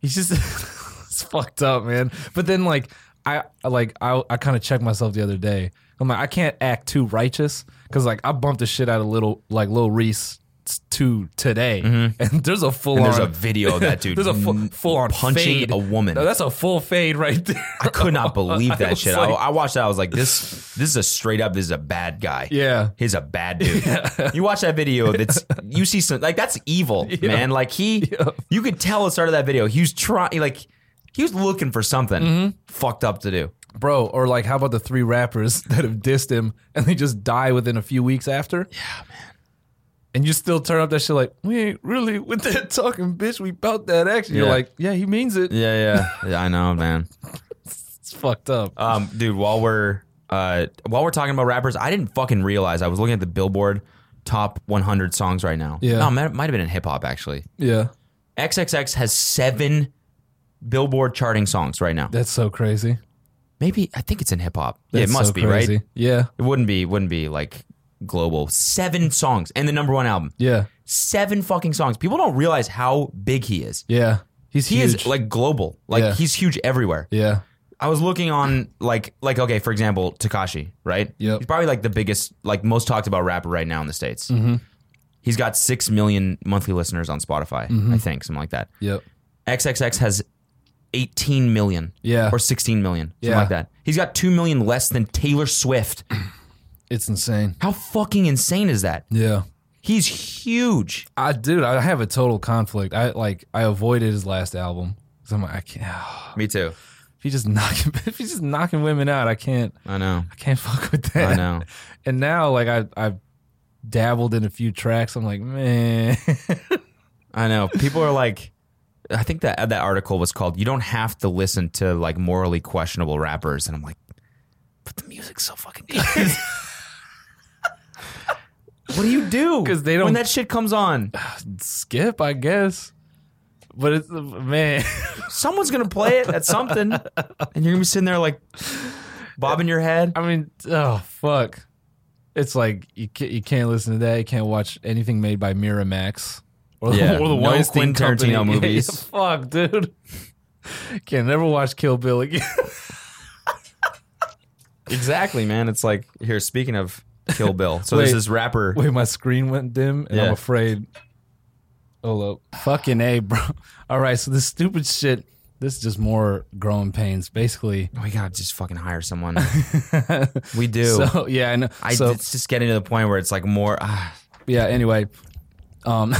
E: he's just [LAUGHS] it's fucked up, man. But then like I like I I kind of checked myself the other day. I'm like I can't act too righteous because like I bumped the shit out of little like Lil Reese to today, and there's a full
D: Mm-hmm. And there's a
E: on.
D: video of that dude.
E: [LAUGHS] There's a full,
D: n-
E: full on
D: punching
E: fade.
D: a woman.
E: No, that's a full fade right [LAUGHS] there.
D: I could not
E: [LAUGHS]
D: believe that
E: was
D: shit. I,
E: like-
D: I watched that. I was like, this this is a straight up. This is a bad guy.
E: Yeah.
D: he's a
E: [LAUGHS]
D: bad dude. You watch that video. That's you see some like that's
E: [LAUGHS]
D: evil, man. Like he, you could tell at the start of that video he was trying like he was looking for something
E: Mm-hmm.
D: fucked up to do.
E: Bro, or like, how about the three rappers [LAUGHS] that have dissed him and they just die within a few weeks after? Yeah, man. And you still turn up that shit like, we ain't really [LAUGHS] with that talking bitch. We bout that action. You're
D: Yeah.
E: like, yeah, he means it.
D: Yeah, [LAUGHS] yeah, yeah I know, man.
E: It's fucked up.
D: Um, dude, while we're uh, while we're talking about rappers, I didn't fucking realize I was looking at the Billboard top 100 songs right now.
E: Yeah.
D: no, it might have been in hip hop actually.
E: yeah,
D: XXX has seven Billboard charting songs right now.
E: that's so crazy.
D: Maybe I think it's in hip hop. Yeah,
E: That's
D: it must
E: so
D: be
E: crazy.
D: right.
E: Yeah,
D: It wouldn't be wouldn't be like global. Seven songs and the number one album.
E: yeah,
D: Seven fucking songs. People don't realize how big he is.
E: yeah. He's
D: He
E: huge.
D: is like global. Like
E: Yeah.
D: he's huge everywhere.
E: yeah,
D: I was looking on like like okay, for example, Takashi, right?
E: Yep.
D: He's probably like the biggest, like most talked about rapper right now in the states. Mm-hmm. He's got six million monthly listeners on Spotify,
E: Mm-hmm.
D: I think, something like that.
E: yep,
D: XXX has 18 million,
E: Yeah.
D: or 16 million, something
E: Yeah.
D: like that. He's got two million less than Taylor Swift.
E: it's insane.
D: How fucking insane is that?
E: Yeah.
D: He's huge.
E: I dude, I have a total conflict. I like I avoided his last album because I'm like I can't. [SIGHS]
D: Me too.
E: if he's just knocking, [LAUGHS] if he's just knocking women out, I can't.
D: I know.
E: I can't [LAUGHS] fuck with that.
D: I know.
E: [LAUGHS] And now, like I, I've dabbled in a few tracks. I'm like, man, [LAUGHS]
D: I know. People are like, I think that that article was called "You don't have to listen to like morally questionable rappers," and I'm like, but the music's so fucking
E: [LAUGHS]
D: good. what do you do?
E: [LAUGHS] 'Cause they
D: when
E: don't-
D: that shit comes on,
E: skip, I guess. But it's man, [LAUGHS]
D: someone's gonna play it at [LAUGHS] something, and you're gonna be sitting there like bobbing your head.
E: I mean, oh fuck. It's like you can't, you can't listen to that. You can't watch anything made by Miramax or, the-
D: Yeah,
E: or the
D: no
E: Weinstein
D: Quentin Tarantino
E: Company. [LAUGHS] Yeah, yeah,
D: movies.
E: fuck, dude. [LAUGHS] Can never watch Kill Bill again.
D: Exactly, man. It's like here. Speaking of Kill Bill, so there's
E: Wait.
D: this rapper.
E: Wait, my screen went dim, and
D: Yeah.
E: I'm afraid. Hold up. Fucking A, bro. [LAUGHS] All right, so this stupid shit, this is just more growing pains, basically. [LAUGHS]
D: Oh, We gotta just fucking hire someone. we do.
E: So, yeah, I know.
D: I,
E: so,
D: it's just getting to the point where it's like more. ah
E: yeah, anyway. Um,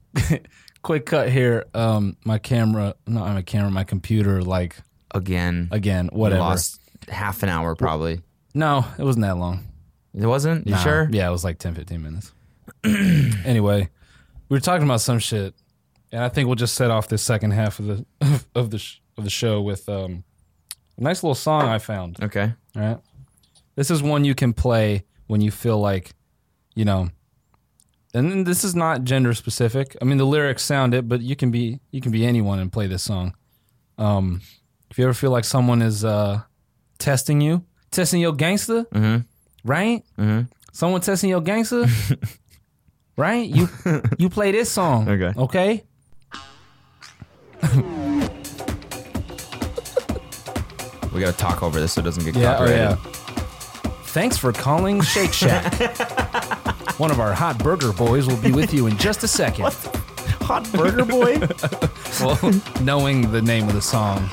E: [LAUGHS] quick cut here. Um, my camera, not my camera, my computer, like,
D: again.
E: again, whatever.
D: Lost half an hour probably.
E: No, it wasn't that long.
D: It wasn't? You
E: Nah,
D: sure?
E: Yeah, it was like 10, 15 minutes. [CLEARS THROAT] anyway, we were talking about some shit, and I think we'll just set off this second half of the [LAUGHS] of the sh- of the show with um, a nice little song I found.
D: Okay.
E: All right, this is one you can play when you feel like, you know, and then this is not gender specific. I mean, the lyrics sound it, but you can be you can be anyone and play this song. Um, if you ever feel like someone is uh, testing you, testing your gangster, right? Someone testing your gangster, right? You you play this song,
D: Okay.
E: Okay.
D: We gotta talk over this so it doesn't get
E: Yeah, oh
D: copyrighted.
E: yeah. Thanks for calling
D: [LAUGHS]
E: Shake Shack. One of our hot burger boys will be with you in just a second.
D: Hot Burger Boy?
E: [LAUGHS] Well, knowing the name of the song,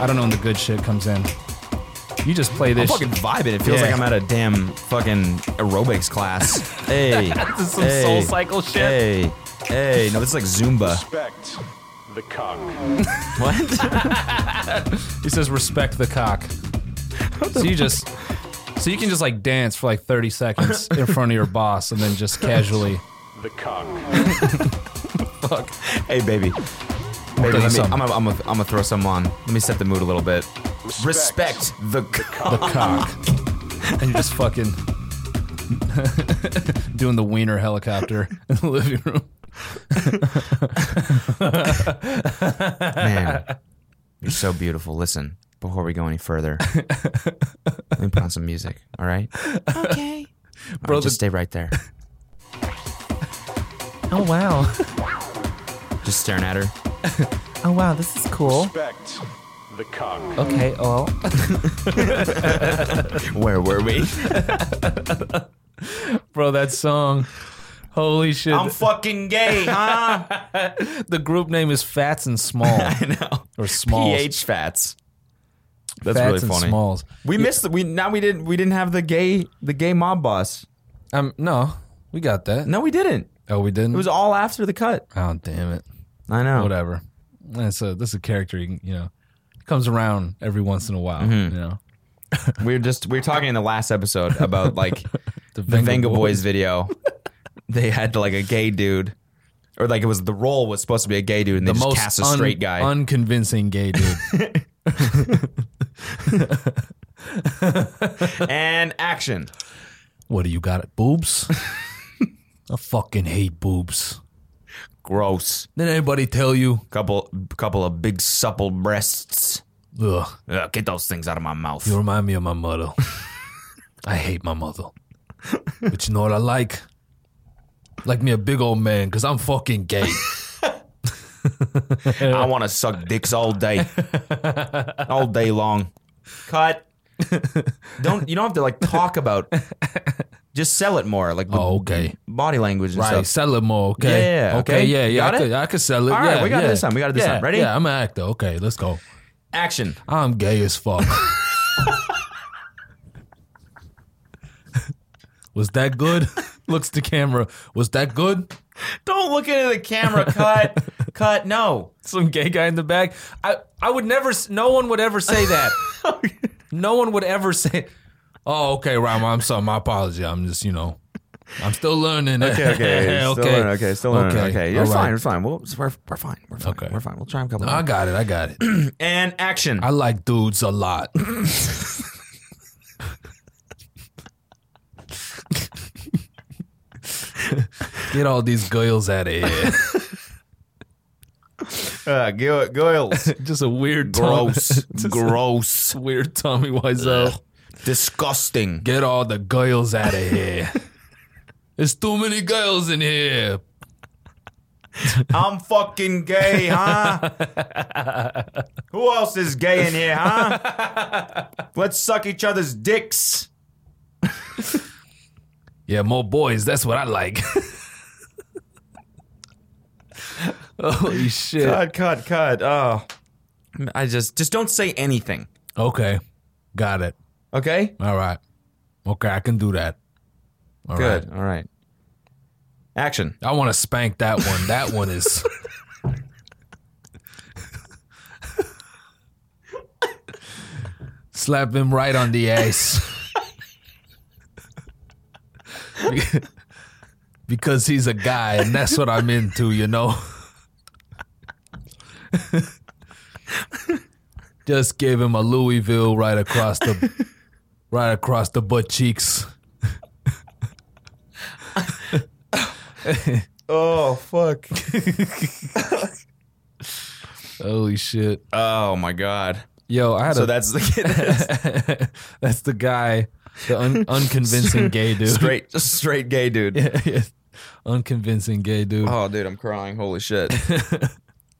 E: I don't know when the good shit comes in. You just play
D: I'm
E: this.
D: fucking vibing. It feels
E: Yeah.
D: like I'm at a damn fucking aerobics
E: [LAUGHS]
D: class. hey.
E: This is some
D: hey,
E: Soul Cycle shit.
D: Hey. Hey. No, this is like Zumba.
B: Respect the cock.
D: What?
E: He says, "Respect the cock." So you just so you can just like dance for like 30 seconds in front of your boss and then
D: [LAUGHS]
E: just casually
B: The cock.
D: Hey, baby. Baby,
E: doing
D: let me, I'm
E: something.
D: gonna I'm gonna- I'm gonna throw some on. Let me set the mood a little bit. Respect, [LAUGHS] the.
E: the cock. And you're just fucking [LAUGHS] doing the wiener helicopter in the living room.
D: Man, you're so beautiful. Listen, before we go any further, let me put on some music. All right,
F: Okay.
D: Bro,
E: the-
D: just stay right there.
F: Oh wow.
D: Just staring at her.
F: Oh wow, this is cool.
B: Respect the cock.
F: Okay, oh.
D: Where were we?
E: Bro, that song. Holy shit.
D: I'm fucking gay, [LAUGHS] huh?
E: the group name is Fats and Small.
D: [LAUGHS]
E: I
D: know.
E: Or Smalls.
D: PH fats. That's
E: Fats
D: really
E: and
D: funny.
E: Smalls.
D: We missed. The, we now we didn't. We didn't have the gay the gay mob boss.
E: Um, no, we got that.
D: No, we didn't.
E: Oh, we didn't?
D: It was all after the cut.
E: oh, damn it.
D: I know.
E: Whatever. That's a, that's a character, you, can- you know, comes around every once in a while,
D: Mm-hmm.
E: you know.
D: We were just we were talking in the last episode about
E: [LAUGHS]
D: like the
E: Venga
D: Venga Boys,
E: Boys.
D: video. They had like a gay dude, or like it was the role was supposed to be a gay dude, and they
E: the
D: just
E: most
D: cast a
E: un-
D: straight guy.
E: unconvincing gay dude.
D: and action.
E: what do you
D: [LAUGHS]
E: got? Boobs? I fucking hate boobs.
D: Gross.
E: Did anybody tell you?
D: Couple couple of big supple breasts.
E: Ugh,
D: Ugh, get those things out of my mouth.
E: you remind me of my mother. I hate my mother. But you know what I like? Like me a big old man, because I'm
D: [LAUGHS]
E: fucking gay.
D: I want to suck dicks all
E: [LAUGHS]
D: day, all day long.
E: [LAUGHS]
D: Cut. Don't you don't have to like talk about. Just sell it more, like with
E: Oh, okay.
D: body language and
E: Right,
D: stuff.
E: sell it more. Okay,
D: Yeah,
E: okay,
D: okay.
E: yeah, yeah.
D: Got
E: I
D: it?
E: could, I could sell it.
D: All
E: yeah,
D: right, we got it
E: yeah.
D: this time, we got it this
E: Yeah,
D: time. Ready?
E: Yeah, I'm an actor. Okay, let's go.
D: Action.
E: I'm gay as fuck. Was that good? [LAUGHS] Looks the camera. Was that good?
D: Don't look into the [LAUGHS] camera. Cut. Cut. No.
E: Some gay guy in the back. I I would never. s- No one would ever say
D: [LAUGHS]
E: that. no one would ever say. Oh, okay, Rama. I'm sorry. My apology. I'm just you know. I'm still learning.
D: Okay.
E: [LAUGHS]
D: Okay. Still
E: okay.
D: learning, okay. Still learning, okay. You're
E: all
D: fine.
E: right.
D: We're fine. We'll, we're, we're fine. We're fine.
E: Okay.
D: We're fine. We'll try and couple.
E: I
D: more.
E: got it. I got it.
D: and action.
E: I like dudes a [LAUGHS] lot. Get all these girls out of here.
D: Uh, go- [LAUGHS] Goyles.
E: [LAUGHS] Just a weird,
D: [LAUGHS] Gross.
E: Tommy,
D: Gross.
E: [LAUGHS] weird Tommy Wiseau.
D: Disgusting.
E: [LAUGHS] Get all the girls out of here. There's too many girls in here.
D: I'm fucking gay, [LAUGHS] huh? Who else is gay in here, huh? Let's suck each other's dicks.
E: Yeah, more boys. That's what I like. [LAUGHS] Holy shit.
D: Cut, cut, cut. Oh, I just just don't say anything.
E: Okay, got it.
D: Okay.
E: All right. Okay, I can do that. All right.
D: Good. All right. Action.
E: I want to spank that one. That one is. Slap him right on the ass. [LAUGHS] because he's a guy, and that's what I'm into, you know? Just gave him a Louisville right across the right across the butt cheeks.
D: Oh fuck.
E: [LAUGHS] Holy shit.
D: Oh my god.
E: Yo, I had
D: So
E: a [LAUGHS]
D: that's the
E: That's the guy, the un- unconvincing
D: [LAUGHS]
E: gay dude. [LAUGHS]
D: straight straight gay dude.
E: unconvincing gay dude.
D: Oh dude, I'm crying. Holy
E: [LAUGHS]
D: shit. [CLEARS THROAT]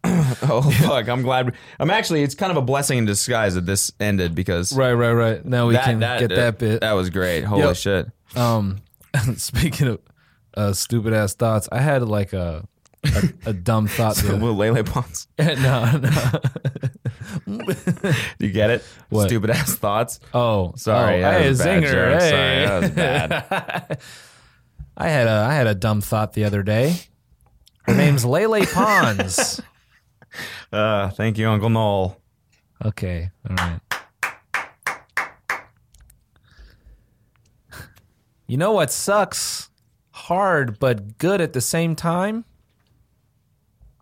D: oh fuck. I'm glad. I'm actually. It's kind of a blessing in disguise that this ended because
E: Right, right, right. Now we
D: that,
E: can
D: that,
E: get that bit.
D: That was great. Holy
E: Yep.
D: shit.
E: Um, [LAUGHS] speaking of uh, stupid ass thoughts, I had like a a,
D: [LAUGHS]
E: a dumb thought. the other-
D: Will Lele Pons.
E: [LAUGHS] no, no.
D: You get it?
E: What?
D: Stupid ass thoughts.
E: Oh,
D: Sorry.
E: Oh,
D: that
E: hey,
D: was a bad
E: zinger.
D: joke.
E: Hey.
D: Sorry, that was
E: [LAUGHS]
D: bad.
E: I had a I had a dumb thought the other day. Her name's Lele
D: [LAUGHS]
E: Pons.
D: Uh, thank you, Uncle Noel.
E: okay, all right. You know what sucks? Hard but good at the same time?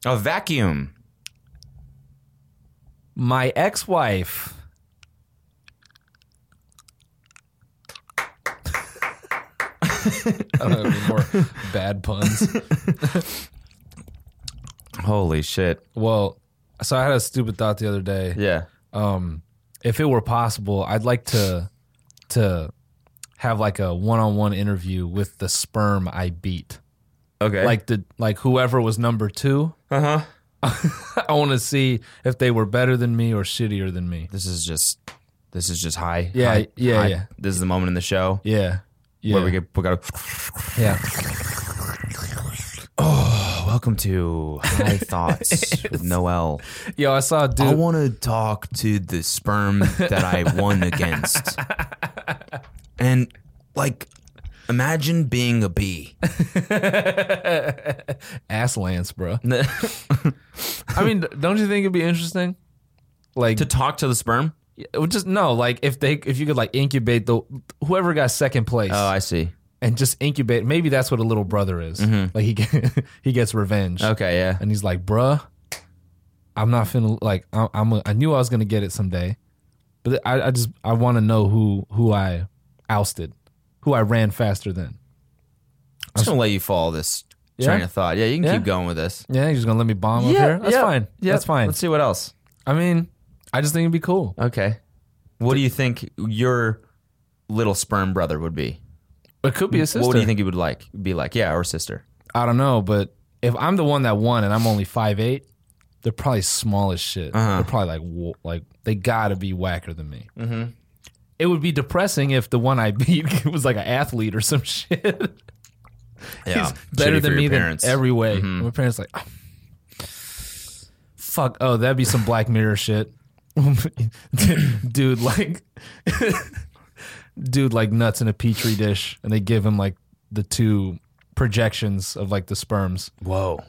D: A vacuum.
E: My ex [LAUGHS] wife. I don't have any more bad puns.
D: Holy shit.
E: Well, so I had a stupid thought the other day.
D: Yeah.
E: if it were possible, I'd like to to have like a one on one interview with the sperm I beat.
D: Okay.
E: Like the like whoever was number two. Uh huh. [LAUGHS] I want to see if they were better than me or shittier than me.
D: this is just this is just high.
E: Yeah,
D: high-
E: yeah,
D: high-
E: yeah.
D: This is the moment in the show
E: Yeah. Yeah.
D: where we get we gotta
E: yeah.
D: welcome to High [LAUGHS] Thoughts with Noel.
E: Yo, I saw a
D: I
E: dude.
D: want to talk to the sperm that I won [LAUGHS] against. And like imagine being a bee.
E: ass Lance,
D: [LAUGHS]
E: bro.
D: to
E: I mean, don't you think it'd be interesting? Like,
D: talk to the sperm?
E: just no. Like, if they, if you could, like, incubate the whoever got second place.
D: Oh, I see.
E: and just incubate. Maybe that's what a little brother is. Like he get, [LAUGHS] he gets revenge,
D: Mm-hmm. Okay, yeah.
E: and he's like, "Bruh, I'm not finna like I, I'm. A, I knew I was gonna get it someday, but I, I just I want to know who who I ousted, who I ran faster than.
D: I'm just gonna let you follow this
E: Yeah?
D: train of thought. Yeah, you can
E: Yeah.
D: keep going with this.
E: Yeah, you're just gonna let me bomb up here. That's fine.
D: Yeah,
E: That's fine.
D: Let's see what else.
E: I mean, I just think it'd be cool.
D: Okay. What do you think your little sperm brother would be?
E: It could be a sister.
D: What do you think he would like be like? Yeah, or sister.
E: I don't know, but if I'm the one that won and I'm only five eight, they're probably small as shit. They're probably like wo- like they gotta be whacker than me. Mm-hmm. It would be depressing if the one I beat [LAUGHS] was like an athlete or some [LAUGHS] shit.
D: Yeah,
E: Better
D: shitty for
E: than
D: your
E: me
D: parents. Mm-hmm.
E: than every way. My parents like, "Ah, fuck. Oh, that'd be some Black Mirror shit, [LAUGHS] dude. Like, [LAUGHS] dude, like nuts in a petri dish, and they give him like the two projections of like the sperms.
D: Whoa.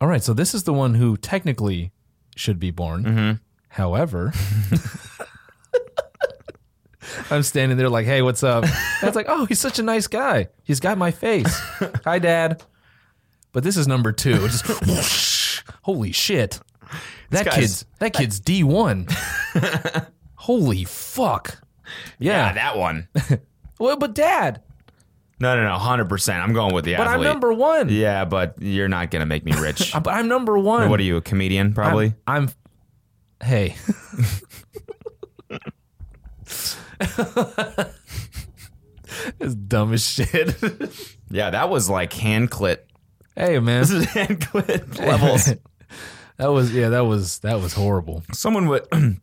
E: All right, so this is the one who technically should be born.
D: Mm-hmm.
E: However, [LAUGHS] I'm standing there like, "Hey, what's up?" That's like, "Oh, he's such a nice guy. He's got my face. Hi, Dad." But this is number two. It's Just [LAUGHS] whoosh. holy shit! That
D: guy's-
E: kid's that kid's
D: [LAUGHS]
E: D one. holy fuck! Yeah.
D: Yeah, that one.
E: well, but Dad,
D: No, no, no, hundred percent. I'm going with the
E: but
D: athlete.
E: I'm number one.
D: Yeah, but you're not gonna make me [LAUGHS] rich.
E: But I'm number one.
D: what are you, a comedian? Probably.
E: I'm, I'm hey. it's dumb as shit.
D: yeah, that was like hand clit. [LAUGHS]
E: hey man.
D: This is hand [LAUGHS] clit levels.
E: [LAUGHS] that was yeah, that was that was horrible.
D: Someone would. [CLEARS THROAT]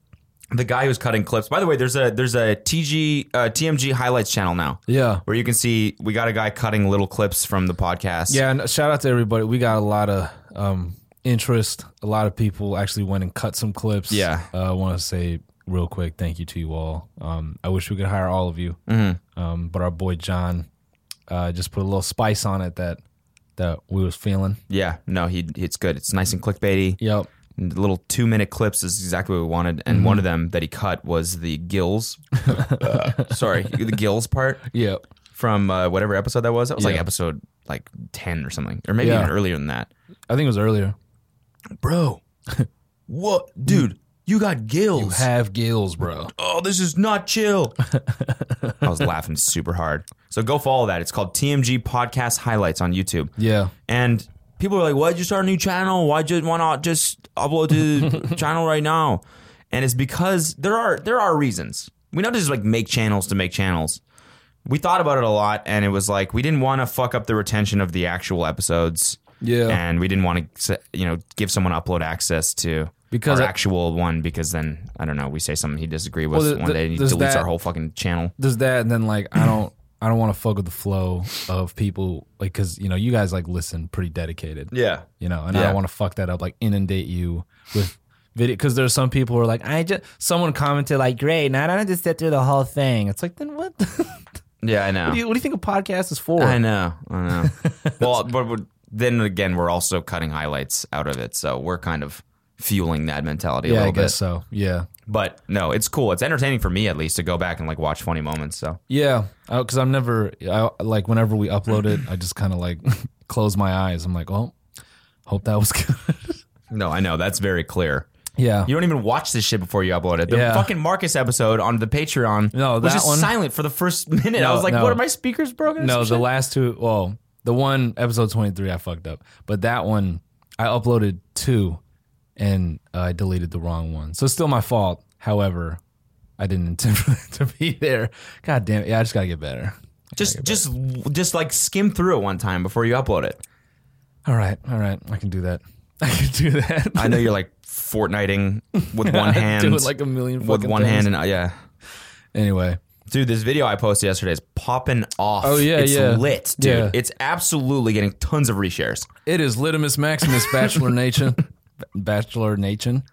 D: the guy who's cutting clips. By the way, there's a there's a TG uh, TMG highlights channel now.
E: Yeah.
D: Where you can see we got a guy cutting little clips from the podcast.
E: Yeah, and shout out to everybody. We got a lot of um interest. A lot of people actually went and cut some clips.
D: Yeah.
E: Uh, I want to say real quick thank you to you all. Um I wish we could hire all of you. Um but our boy John uh just put a little spice on it that that we was feeling.
D: Yeah, no, he it's good. It's nice and clickbaity.
E: Yep.
D: And the little two minute clips is exactly what we wanted. And one of them that he cut was the gills. sorry, the gills part
E: Yep.
D: from uh, whatever episode that was. That was like
E: Yeah.
D: episode like ten or something, or maybe
E: Yeah.
D: even earlier than that.
E: I think it was earlier.
D: Bro, [LAUGHS] what, dude? You got gills.
E: Have gills, bro.
D: oh, this is not chill. I was laughing super hard. So go follow that. It's called TMG Podcast Highlights on YouTube.
E: Yeah.
D: And people are like, why'd you start a new channel? Why just why not just upload to
E: [LAUGHS]
D: the channel right now? And it's because there are there are reasons. We don't just like make channels to make channels. We thought about it a lot and it was like we didn't want to fuck up the retention of the actual episodes.
E: Yeah.
D: And we didn't want to you know give someone upload access to
E: Because
D: our
E: I-
D: actual one because then I don't know, we say something he disagrees with
E: Well, th-
D: one day and he
E: there's
D: deletes
E: that-
D: our whole fucking channel.
E: There's that, and then like I don't, I don't want to fuck with the flow of people, like because you know you guys like listen pretty dedicated,
D: Yeah.
E: you know, and I
D: Yeah.
E: don't want to fuck that up, like inundate you with video because there's some people who are like, I just someone commented like, great, now I don't have to sit through the whole thing. It's like then what? [LAUGHS] what,
D: Yeah, I know.
E: do you, what do you think a podcast is for?
D: I know. I
E: [LAUGHS]
D: know. well, but we're, then again, we're also cutting highlights out of it, so we're kind of fueling that mentality a
E: Yeah, I
D: little
E: guess
D: bit.
E: so. Yeah.
D: But no, it's cool. It's entertaining for me at least to go back and like watch funny moments. So
E: Yeah, because I'm never I, like whenever we upload it, I just kind of like [LAUGHS] close my eyes. I'm like, well, hope that was good.
D: no, I know that's very clear.
E: yeah, [LAUGHS]
D: You don't even watch this shit before you upload it. The
E: Yeah.
D: fucking Marcus episode on the Patreon
E: No,
D: was
E: that
D: just
E: one-
D: silent for the first minute. I
E: No,
D: was like,
E: no.
D: "What are my speakers broken?" or
E: no, the
D: some shit?
E: last two. Well, the one episode 23, I fucked up, but that one I uploaded two, and uh, I deleted the wrong one. So it's still my fault. However, I didn't [LAUGHS] intend for that to be there. God damn it! Yeah, I just gotta get better.
D: just just just like skim through it one time before you upload it.
E: All right, all right, I can do that. [LAUGHS] I can do that.
D: I know you're like Fortniting
E: [LAUGHS]
D: with one hand,
E: Doing like a million
D: with
E: fucking
D: one
E: things.
D: hand, and uh, yeah,
E: anyway.
D: dude, this video I posted yesterday is popping off.
E: Oh, yeah,
D: it's
E: yeah.
D: lit, dude.
E: Yeah.
D: It's absolutely getting tons of reshares.
E: It is Litimus Maximus
D: [LAUGHS]
E: Bachelor Nation. Bachelor Nation.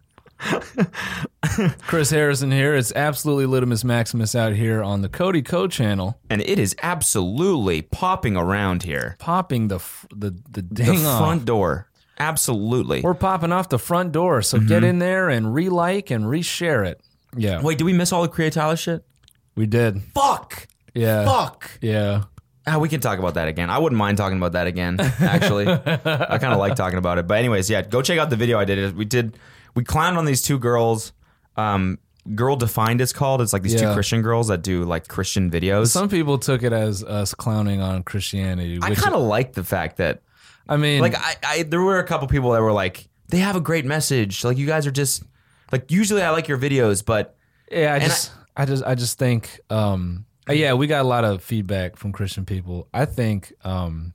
E: Chris Harrison here. It's absolutely Litimus Maximus out here on the Cody Co channel,
D: and it is absolutely popping around here.
E: popping the f- the the
D: The
E: ding off.
D: front door, absolutely.
E: We're popping off the front door, so
D: Mm-hmm.
E: get in there and re-like and reshare it. Yeah,
D: Wait, did we miss all the Create Tyler shit?
E: we did.
D: Fuck,
E: Yeah,
D: fuck.
E: yeah.
D: Ah, we can talk about that again. I wouldn't mind talking about that again.
E: [LAUGHS]
D: Actually, I kind of like talking about it. But anyways, yeah, go check out the video I did. We did we clowned on these two girls. Um, Girl Defined is called. It's like these two
E: Yeah.
D: Christian girls that do like Christian videos.
E: Some people took it as us clowning on Christianity,
D: I
E: which
D: kind of like the fact that
E: I mean,
D: like I, I there were a couple people that were like they have a great message. Like you guys are just like usually I like your videos, but
E: Yeah, I
D: I-
E: just, I, just, I just think, um, uh, yeah, we got a lot of feedback from Christian people. I think, um,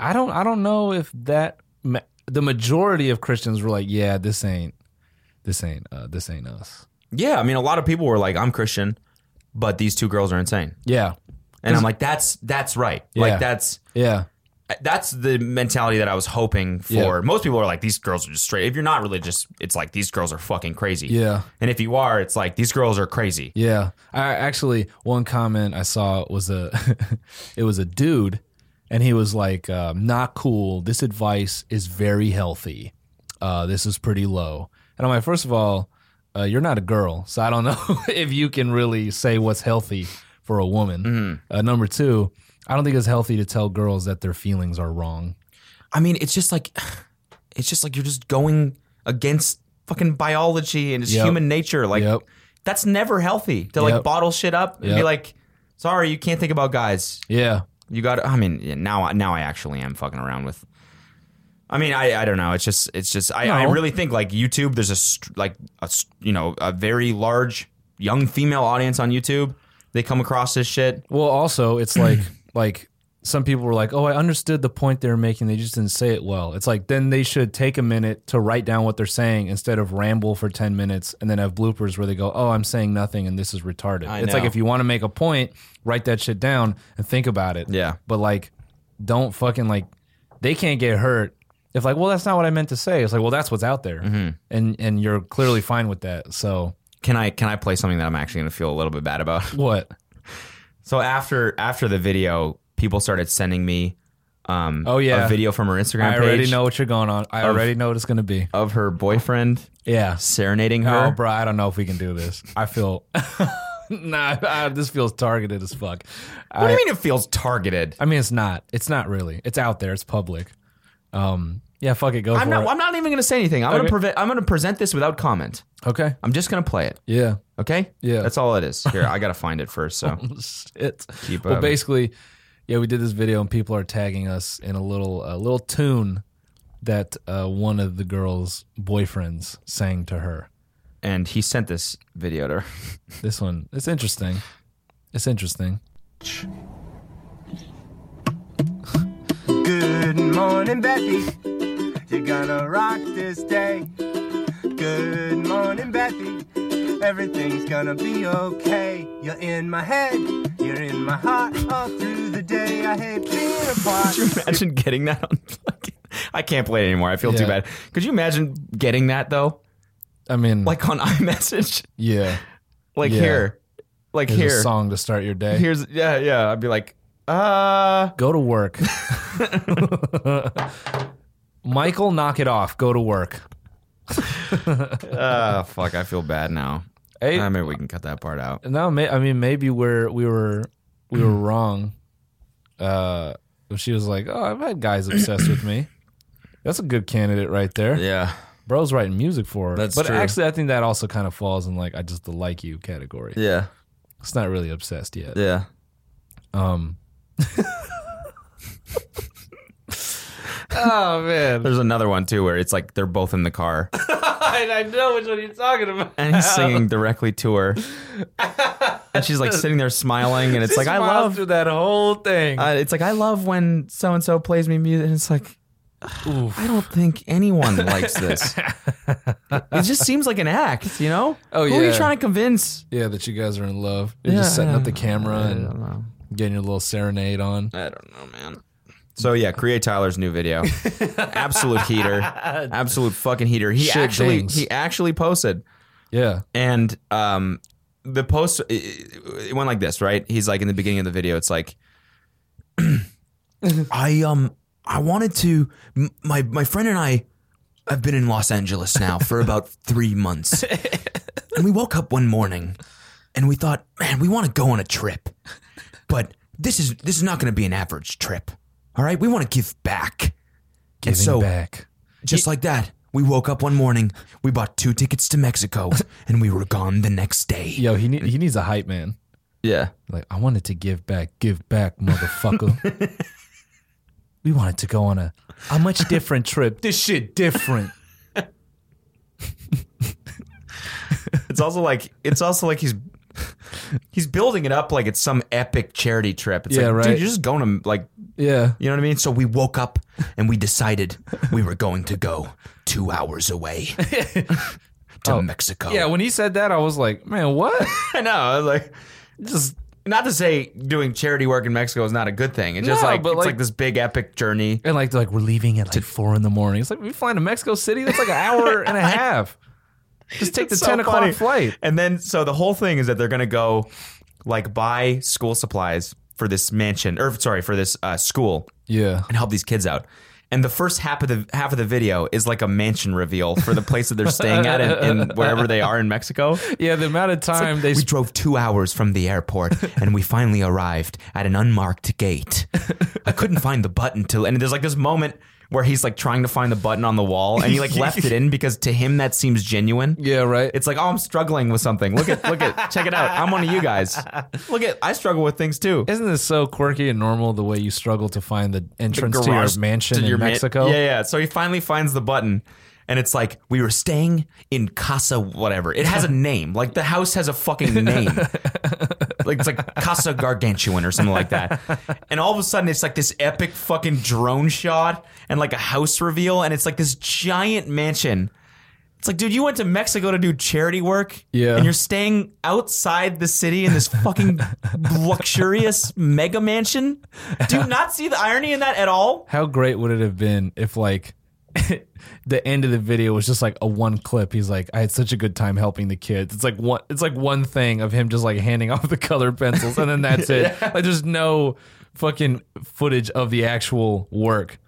E: I don't, I don't know if that ma- the majority of Christians were like, yeah, this ain't, this ain't, uh, this ain't us.
D: yeah, I mean a lot of people were like I'm Christian, but these two girls are insane.
E: Yeah,
D: And I'm like that's that's right.
E: Yeah.
D: Like that's
E: yeah,
D: that's the mentality that I was hoping for.
E: Yeah.
D: Most people are like, these girls are just straight. If you're not religious, it's like these girls are fucking crazy.
E: Yeah.
D: And if you are, it's like these girls are crazy.
E: yeah. I actually one comment I saw was a, [LAUGHS] it was a dude, and he was like, um, not cool. This advice is very healthy. uh, this is pretty low. And I'm like, first of all, uh, you're not a girl, so I don't [LAUGHS] know if you can really say what's healthy for a woman. Uh, number two, I don't think it's healthy to tell girls that their feelings are wrong.
D: I mean, it's just like, [SIGHS] it's just like you're just going against fucking biology and it's
E: Yep.
D: human nature. Like,
E: Yep.
D: that's never healthy to
E: Yep.
D: like bottle shit up and be
E: Yep.
D: like, sorry, you can't think about guys.
E: Yeah,
D: You got. to I mean, yeah, now I- now I actually am fucking around with. I mean, I, I don't know. It's just it's just I, I
E: No.
D: really think like YouTube. There's a str- like a s- you know a very large young female audience on YouTube. They come across this shit.
E: Well, also,
D: [CLEARS THROAT]
E: it's like like some people were like, "Oh, I understood the point they were making. They just didn't say it well." It's like then they should take a minute to write down what they're saying instead of ramble for ten minutes and then have bloopers where they go, "Oh, I'm saying nothing and this is retarded."
D: I
E: it's like
D: know.
E: if you want to make a point, write that shit down and think about it.
D: Yeah.
E: but like, don't fucking like they can't get hurt. If like, well, that's not what I meant to say. It's like, well, that's what's out there,
D: Mm-hmm.
E: and and you're clearly fine with that. So
D: Can I can I play something that I'm actually gonna feel a little bit bad about? [LAUGHS]
E: what?
D: So after after the video, people started sending me um
E: Oh, yeah.
D: a video from her Instagram
E: I
D: page
E: already know what you're going on. I already know what it's gonna be.
D: of her boyfriend
E: Yeah.
D: serenading her.
E: Oh, bro, I don't know if we can do this. I feel [LAUGHS] nah. I, this feels targeted as fuck.
D: What do
E: I-
D: you mean it feels targeted?
E: I mean, it's not. It's not really. It's out there. It's public. Um. Yeah. Fuck it. Go
D: I'm
E: for
D: not.
E: it.
D: I'm not even gonna say anything. I'm gonna
E: Okay.
D: prevent. I'm gonna present this without comment.
E: okay.
D: I'm just gonna play it.
E: Yeah.
D: Okay.
E: Yeah.
D: That's all it is. Here, I gotta find it first.
E: [LAUGHS]
D: So
E: Shit.
D: Keep
E: well,
D: up.
E: basically, yeah, we did this video and people are tagging us in a little a little tune that uh, one of the girls' boyfriends sang to her.
D: and he sent this video to her. [LAUGHS]
E: This one, it's interesting. It's interesting.
G: Good morning, Bethy. You're gonna rock this day. Good morning, Bethy. Everything's gonna be okay. You're in my head, you're in my heart. All through the day, I hate being apart.
D: Could you imagine getting that on? fucking- I can't play it anymore. I feel too
E: Yeah.
D: bad. Could you imagine getting that though,
E: I mean,
D: like on [LAUGHS] iMessage?
E: yeah,
D: Like
E: Yeah.
D: here, like
E: here's
D: here.
E: a song to start your day.
D: Here's yeah, yeah. I'd be like, uh,
E: go to work. Michael, knock it off. Go to work.
D: Ah, fuck. I feel bad now.
E: Hey.
D: Ah, maybe we can cut that part out.
E: No, may, I mean maybe we're we were we
D: [CLEARS THROAT]
E: were wrong. Uh, when she was like, "Oh, I've had guys obsessed with me." That's a good candidate right there.
D: Yeah.
E: Bro's writing music for her.
D: That's
E: but
D: true.
E: actually, I think that also kind of falls in like I just the like you category.
D: Yeah.
E: It's not really obsessed yet.
D: Yeah. [LAUGHS]
E: Um. oh man,
D: There's another one too where it's like they're both in the
E: [LAUGHS]
D: car
E: I know which one you're talking about.
D: and he's singing directly to her. And she's like sitting there smiling and it's like I love
E: through that whole thing.
D: uh, it's like I love when so and so plays me music and it's like I don't think anyone likes
E: [LAUGHS]
D: this. it just seems like an act, you know?
E: Oh,
D: Who are you
E: yeah.
D: trying to convince?
E: yeah, that you guys are in love. You're
D: Yeah,
E: just setting
D: yeah.
E: up the camera
D: I don't
E: and
D: know. Uh,
E: getting your little serenade on.
D: I don't know, man. So yeah, create Tyler's new video. Absolute heater. Absolute fucking heater. He
E: Shit
D: actually
E: dings.
D: he actually posted
E: Yeah.
D: and um the post it, it went like this, right? He's like in the beginning of the video it's like I um I wanted to m- my my friend and I have been in Los Angeles now for about 3 months. and we woke up one morning and we thought, man, we want to go on a trip. But this is this is not going to be an average trip. All right? We want to give back.
E: Giving
D: so-
E: back.
D: Just like that, we woke up one morning, we bought two tickets to
E: [LAUGHS]
D: Mexico, and we were gone the next day.
E: Yo, he need, he needs a hype man.
D: Yeah.
E: Like I wanted to give back, give back, motherfucker. [LAUGHS] we wanted to go on a a much different trip. [LAUGHS] This shit different.
D: It's also like it's also like he's he's building it up like it's some epic charity trip. It's
E: Yeah,
D: like,
E: right.
D: dude, you're just going to like
E: Yeah.
D: you know what I mean? So we woke up and we decided we were going to go two hours
E: [LAUGHS]
D: away to Mexico.
E: Oh. Yeah, when he said that, I was like, man, what?
D: [LAUGHS] I know. I was like just not to say doing charity work in Mexico is not a good thing. It's just
E: No,
D: like
E: but
D: it's like,
E: like-
D: this big epic journey.
E: and like, they're like, we're leaving at like four in the morning. It's like, we flying to Mexico City? That's like an hour [LAUGHS] and a half. Just take the
D: It's so
E: 10
D: funny.
E: o'clock flight.
D: And then so the whole thing is that they're gonna go like buy school supplies for this mansion or sorry, for this uh, school.
E: Yeah.
D: and help these kids out. And the first half of the half of the video is like a mansion reveal for the place that they're staying at in, in
E: [LAUGHS]
D: wherever they are in Mexico.
E: Yeah, the amount of time they
D: We drove two hours from the airport
E: [LAUGHS]
D: and we finally arrived at an unmarked gate. I couldn't find the button till and there's like this moment where he's like trying to find the button on the wall and he like left it in because to him that seems genuine.
E: Yeah, right.
D: It's like, oh, I'm struggling with something. Look at, look
E: [LAUGHS]
D: at, check it out. I'm one of you guys. Look at, I struggle with things too.
E: Isn't this so quirky and normal the way you struggle to find the entrance to your
D: garage-
E: mansion
D: to
E: in
D: your ma-
E: Mexico?
D: yeah, yeah. So he finally finds the button, and it's like we were staying in Casa whatever. It
E: [LAUGHS]
D: has a name. Like the house has a fucking name. like it's like Casa Gargantuan or something like that. And all of a sudden, it's like this epic fucking drone shot and like a house reveal, and it's like this giant mansion. It's like, dude, you went to Mexico to do charity work,
E: Yeah.
D: and you're staying outside the city in this fucking luxurious mega mansion. Do you not see the irony in that at all?
E: How great would it have been if like [LAUGHS] the end of the video was just like a one clip. He's like, I had such a good time helping the kids. It's like one it's like one thing of him just like handing [LAUGHS] off the colored pencils and then that's [LAUGHS] it. Like there's no fucking footage of the actual work.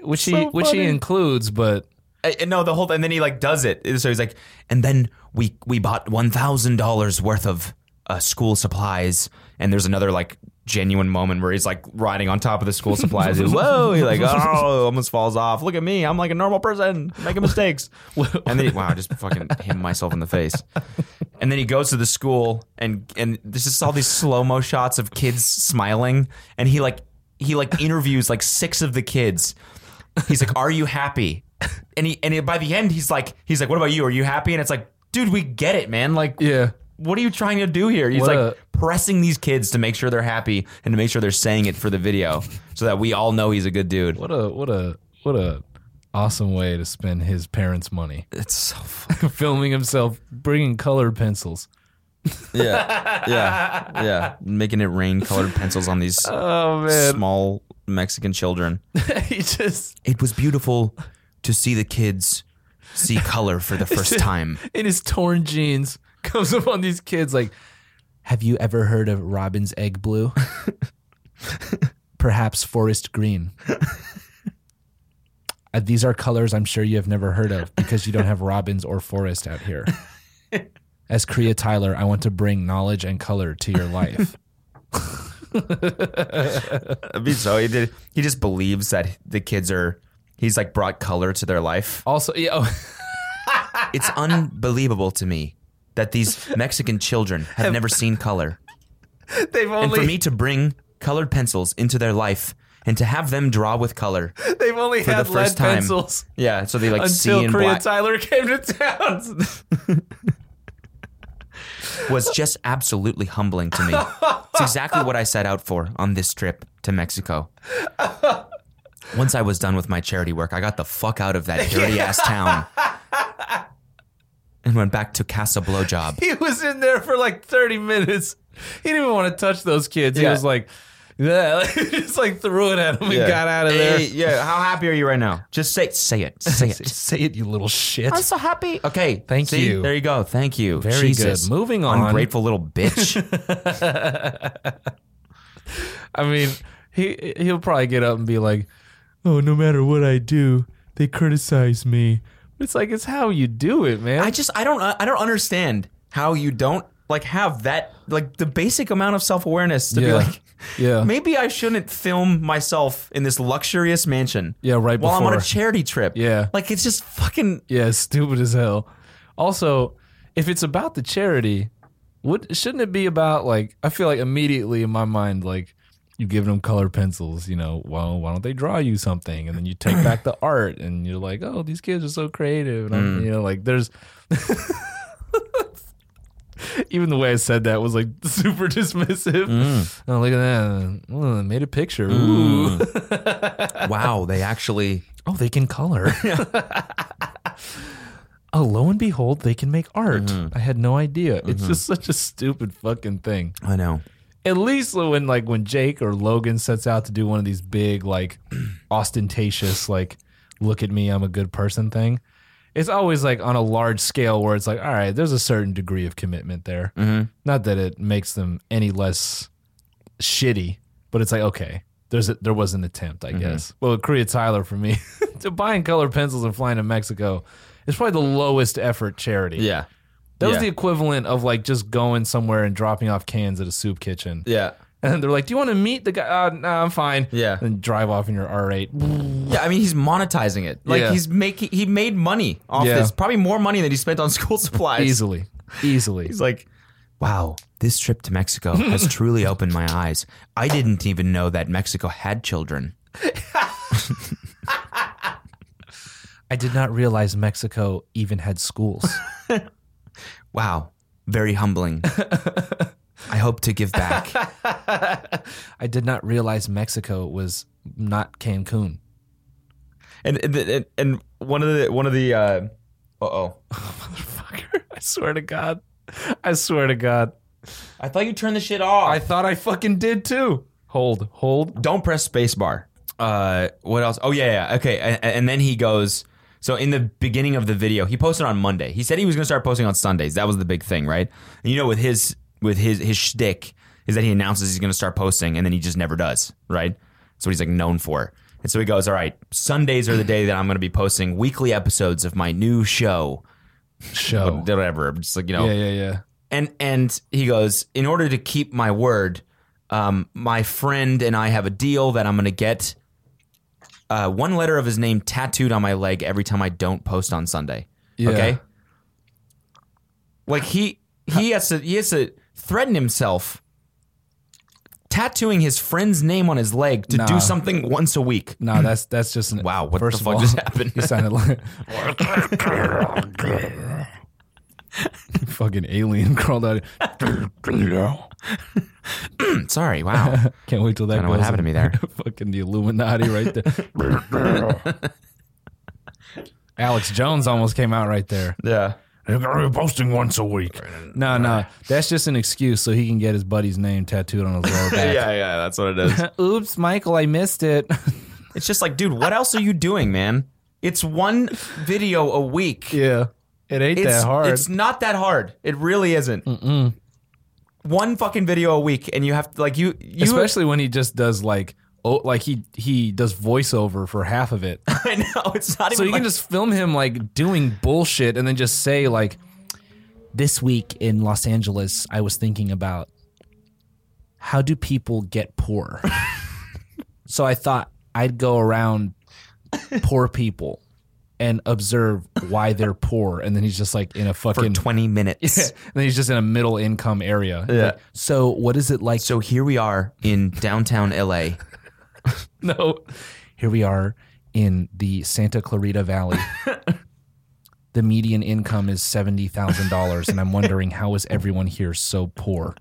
E: Which he which he includes, but
D: I, I- no, the whole and then he like does it. So he's like, and then we we bought one thousand dollars worth of uh, school supplies. And there's another like genuine moment where he's like riding on top of the school supplies. He's, Whoa! He's like, oh, almost falls off. Look at me, I'm like a normal person making mistakes. and then he, wow, I just fucking hit myself in the face. And then he goes to the school and and there's just all these slow mo shots of kids smiling. And he like he like interviews like six of the kids. He's like, "Are you happy?" [LAUGHS] And he and by the end, he's like, he's like, "What about you? Are you happy?" And it's like, dude, we get it, man. Like,
E: yeah.
D: what are you trying to do here? He's
E: What
D: like
E: a-
D: pressing these kids to make sure they're happy and to make sure they're saying it for the video, so that we all know he's a good dude.
E: What a what a what a awesome way to spend his parents' money.
D: It's [LAUGHS] so fun.
E: [LAUGHS] Filming himself bringing colored pencils.
D: yeah, yeah, yeah. Making it rain colored pencils on [LAUGHS] these
E: Oh
D: small Mexican children.
E: [LAUGHS] he just
D: It was beautiful to see the kids see color for the [LAUGHS] first time.
E: in his torn
C: [LAUGHS]
E: jeans comes up on these kids like have you ever heard of robin's
D: [LAUGHS]
E: egg blue perhaps forest green
C: Uh, These are colors I'm sure you have never heard of because you don't have robins or forest out
D: [LAUGHS]
C: here. As Kriya Tyler, I want to bring knowledge and color to your
D: [LAUGHS]
C: life.
D: I mean, so he did. He just believes that the kids are. He's like brought color to their life.
C: also, yeah, [LAUGHS] oh,
E: [LAUGHS]
D: It's unbelievable to me that these Mexican children have never seen color.
E: They've
D: And for
E: only
D: me to bring colored pencils into their life and to have them draw with color
E: they've only
D: for
E: had
D: the
E: lead
D: first time.
E: pencils
D: Yeah, so they like see
E: until
D: in
E: Korea
C: [LAUGHS]
D: black
E: Tyler came to town.
D: was just absolutely humbling to me. it's exactly what I set out for on this trip to Mexico. Once I was done with my charity work, I got the fuck out of that dirty ass town and went back to Casa Blowjob.
E: [LAUGHS] he was in there for like 30 minutes. He didn't even want to touch those kids. He
D: Yeah.
E: was like, yeah, just [LAUGHS] like threw it at him and got out of there.
D: Hey, yeah, how happy are you right now? Just say say it. [LAUGHS] Say
C: [LAUGHS]
D: it.
C: say it, you little shit.
D: so happy. Okay.
C: Thank
D: see?
C: you.
D: There you go. Thank you.
C: Very
D: Jesus.
C: good. Moving on.
D: Ungrateful little
C: [LAUGHS]
D: bitch.
E: I mean, he he'll probably get up and be like, "Oh, no matter what I do, they criticize me." But it's like it's how you do it, man.
D: I just I don't I don't understand how you don't like have that like the basic amount of self awareness to be [LAUGHS]
C: Yeah.
D: like
E: Uh,
C: Yeah.
D: maybe I shouldn't film myself in this luxurious mansion
C: Yeah, right
D: while I'm on a
C: before.
D: charity trip
E: Yeah.
D: like it's just fucking
E: yeah, stupid as hell. Also, if it's about the charity, what shouldn't it be about? Like, I feel like immediately in my mind, like you giving them color pencils. You know, well, why don't they draw you something? And then you take back the art, and you're like, "Oh, these kids are so creative." And I'm, you know, like there's. [LAUGHS] Even the way I said that was like [LAUGHS] super dismissive. Oh, look at that! Oh, they made a picture. Ooh.
D: wow they actually
E: Oh, they can color. oh, lo and behold, they can make art. I had no idea. It's just such a stupid fucking thing.
D: I know
E: At least when like when Jake or Logan sets out to do one of these big, like [CLEARS THROAT] ostentatious, like look at me, I'm a good person thing. It's always like on a large scale where it's like, all right, there's a certain degree of commitment there.
D: Mm-hmm.
E: Not that it makes them any less shitty, but it's like okay, there's a, there was an attempt, I
D: Mm-hmm.
E: guess. Well, Korea Tyler for me [LAUGHS] to buying color pencils and flying to Mexico is probably the lowest effort charity.
D: yeah
E: that was
D: yeah.
E: the equivalent of like just going somewhere and dropping off cans at a soup kitchen.
D: yeah
E: And they're like, "Do you want to meet the guy?" Uh, no, I'm fine.
D: Yeah.
E: and drive off in your R8.
D: yeah I mean he's monetizing it like
E: Yeah.
D: he's making he made money off
E: Yeah.
D: this probably more money than he spent on [LAUGHS] school supplies
E: easily, easily.
D: He's like, wow, this trip to Mexico has truly opened my eyes. I didn't even know that Mexico had children.
C: I did not realize Mexico even had
E: [LAUGHS]
C: schools.
D: Wow, very humbling. I hope to give back.
C: I did not realize Mexico was not Cancun.
D: And and, and one of the one of the uh oh,
E: Motherfucker, I swear to God, I swear to God,
D: I thought you turned the shit off.
E: I thought I fucking did too. Hold, hold.
D: don't press spacebar. Uh, what else? Oh yeah, yeah. Okay, and, and then he goes. So in the beginning of the video, he posted on Monday. He said he was going to start posting on Sundays. That was the big thing, right? And you know, with his with his his shtick is that he announces he's going to start posting, and then he just never does, right? That's what he's like known for. And so he goes, "All right, Sundays are the day that I'm going to be posting weekly episodes of my new show, Oh.
C: Show.
D: whatever." Just like you
E: Oh,
D: know,
C: Yeah, yeah, yeah.
D: and and he goes in order to keep my word um, my friend and i have a deal that i'm going to get uh, one letter of his name tattooed on my leg every time i don't post on sunday
C: Yeah.
D: okay like he he has to he has to threaten himself tattooing his friend's name on his leg to
C: Nah.
D: do something once a week
E: [CLEARS THROAT]
C: No, that's that's just an
D: Wow, what the
C: first of
D: fuck
C: all,
D: just happened?
C: [LAUGHS] He sounded
E: [LAUGHS]
C: like fucking alien [LAUGHS] crawled out.
E: [LAUGHS]
D: Hmm,
C: [LAUGHS]
D: sorry wow
C: Can't wait till that.
D: Dunno what
C: goes
D: happened to
C: [LAUGHS]
D: me there.
C: fucking the Illuminati right there. [LAUGHS] Alex Jones almost came out right there.
D: yeah
C: They're gonna be posting once a week. No, no, that's just an excuse so he can get his buddy's name tattooed on his lower back.
D: yeah that's what it is
C: [LAUGHS] Oops, Michael, I missed it.
D: it's just like dude what else are you doing man it's one video a
C: [LAUGHS]
D: week
C: Yeah, it ain't that hard.
D: It's not that hard. It really isn't. One fucking video a week, and you have to like you you
C: Especially when he just does like
E: oh, like he he does voiceover for half of it.
D: [LAUGHS] I know it's not
E: so
D: even.
E: you can
D: like-
E: just film him like doing bullshit and then just say like this week in Los Angeles I was thinking about how do people
D: [LAUGHS]
E: get poor? so I thought I'd go around poor people and observe why they're poor and then he's just like in a
D: for
E: fucking [LAUGHS]
D: twenty minutes.
E: and then he's just in a middle income area. Yeah. so what is it like
D: So here we are in downtown LA.
E: [LAUGHS] no. Here we are in the Santa Clarita [LAUGHS] Valley. the median income is seventy thousand dollars, and I'm wondering how is everyone here so poor?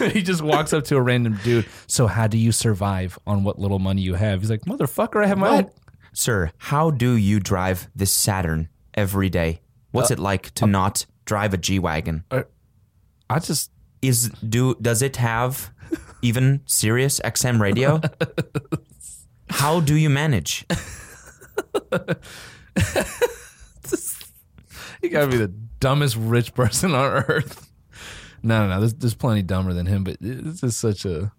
E: [LAUGHS] he just walks up to a random dude. So how do you survive on what little money you have? He's like, motherfucker, I have my own.
D: Sir, how do you drive this Saturn every day? What's
E: Uh,
D: it like to not drive a G wagon?
E: I just
D: Is do does it have even Sirius XM
E: [LAUGHS]
D: radio? How do you manage?
E: you gotta be the dumbest rich person on earth. [LAUGHS] No, no, no. There's, there's plenty dumber than him, but this is such a.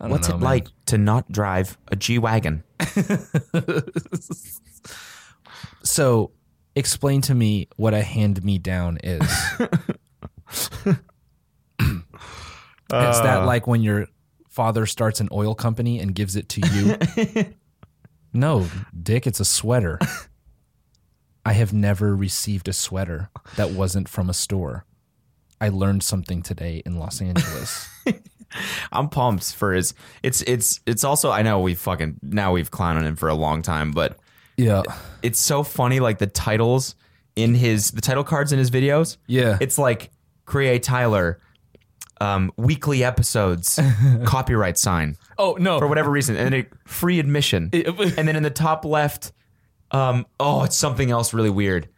E: I don't
D: What's
E: know,
D: it
E: man.
D: like to not drive a G wagon?
E: So, explain to me what a hand me down [LAUGHS] is. it's that like when your father starts an oil company and gives it to you? [LAUGHS] no, Dick, it's a sweater. I have never received a sweater that wasn't from a store. I learned something today in Los Angeles.
D: [LAUGHS] I'm pumped for his. It's it's it's also I know we fucking now we've clowned on him for a long time, but
E: [LAUGHS] yeah.
D: it's so funny like the titles in his the title cards in his videos
E: Yeah.
D: it's like create tyler um, weekly
E: [LAUGHS]
D: episodes copyright sign
E: Oh, no.
D: for whatever reason and then it, free admission and then in the top left um, oh it's something else really weird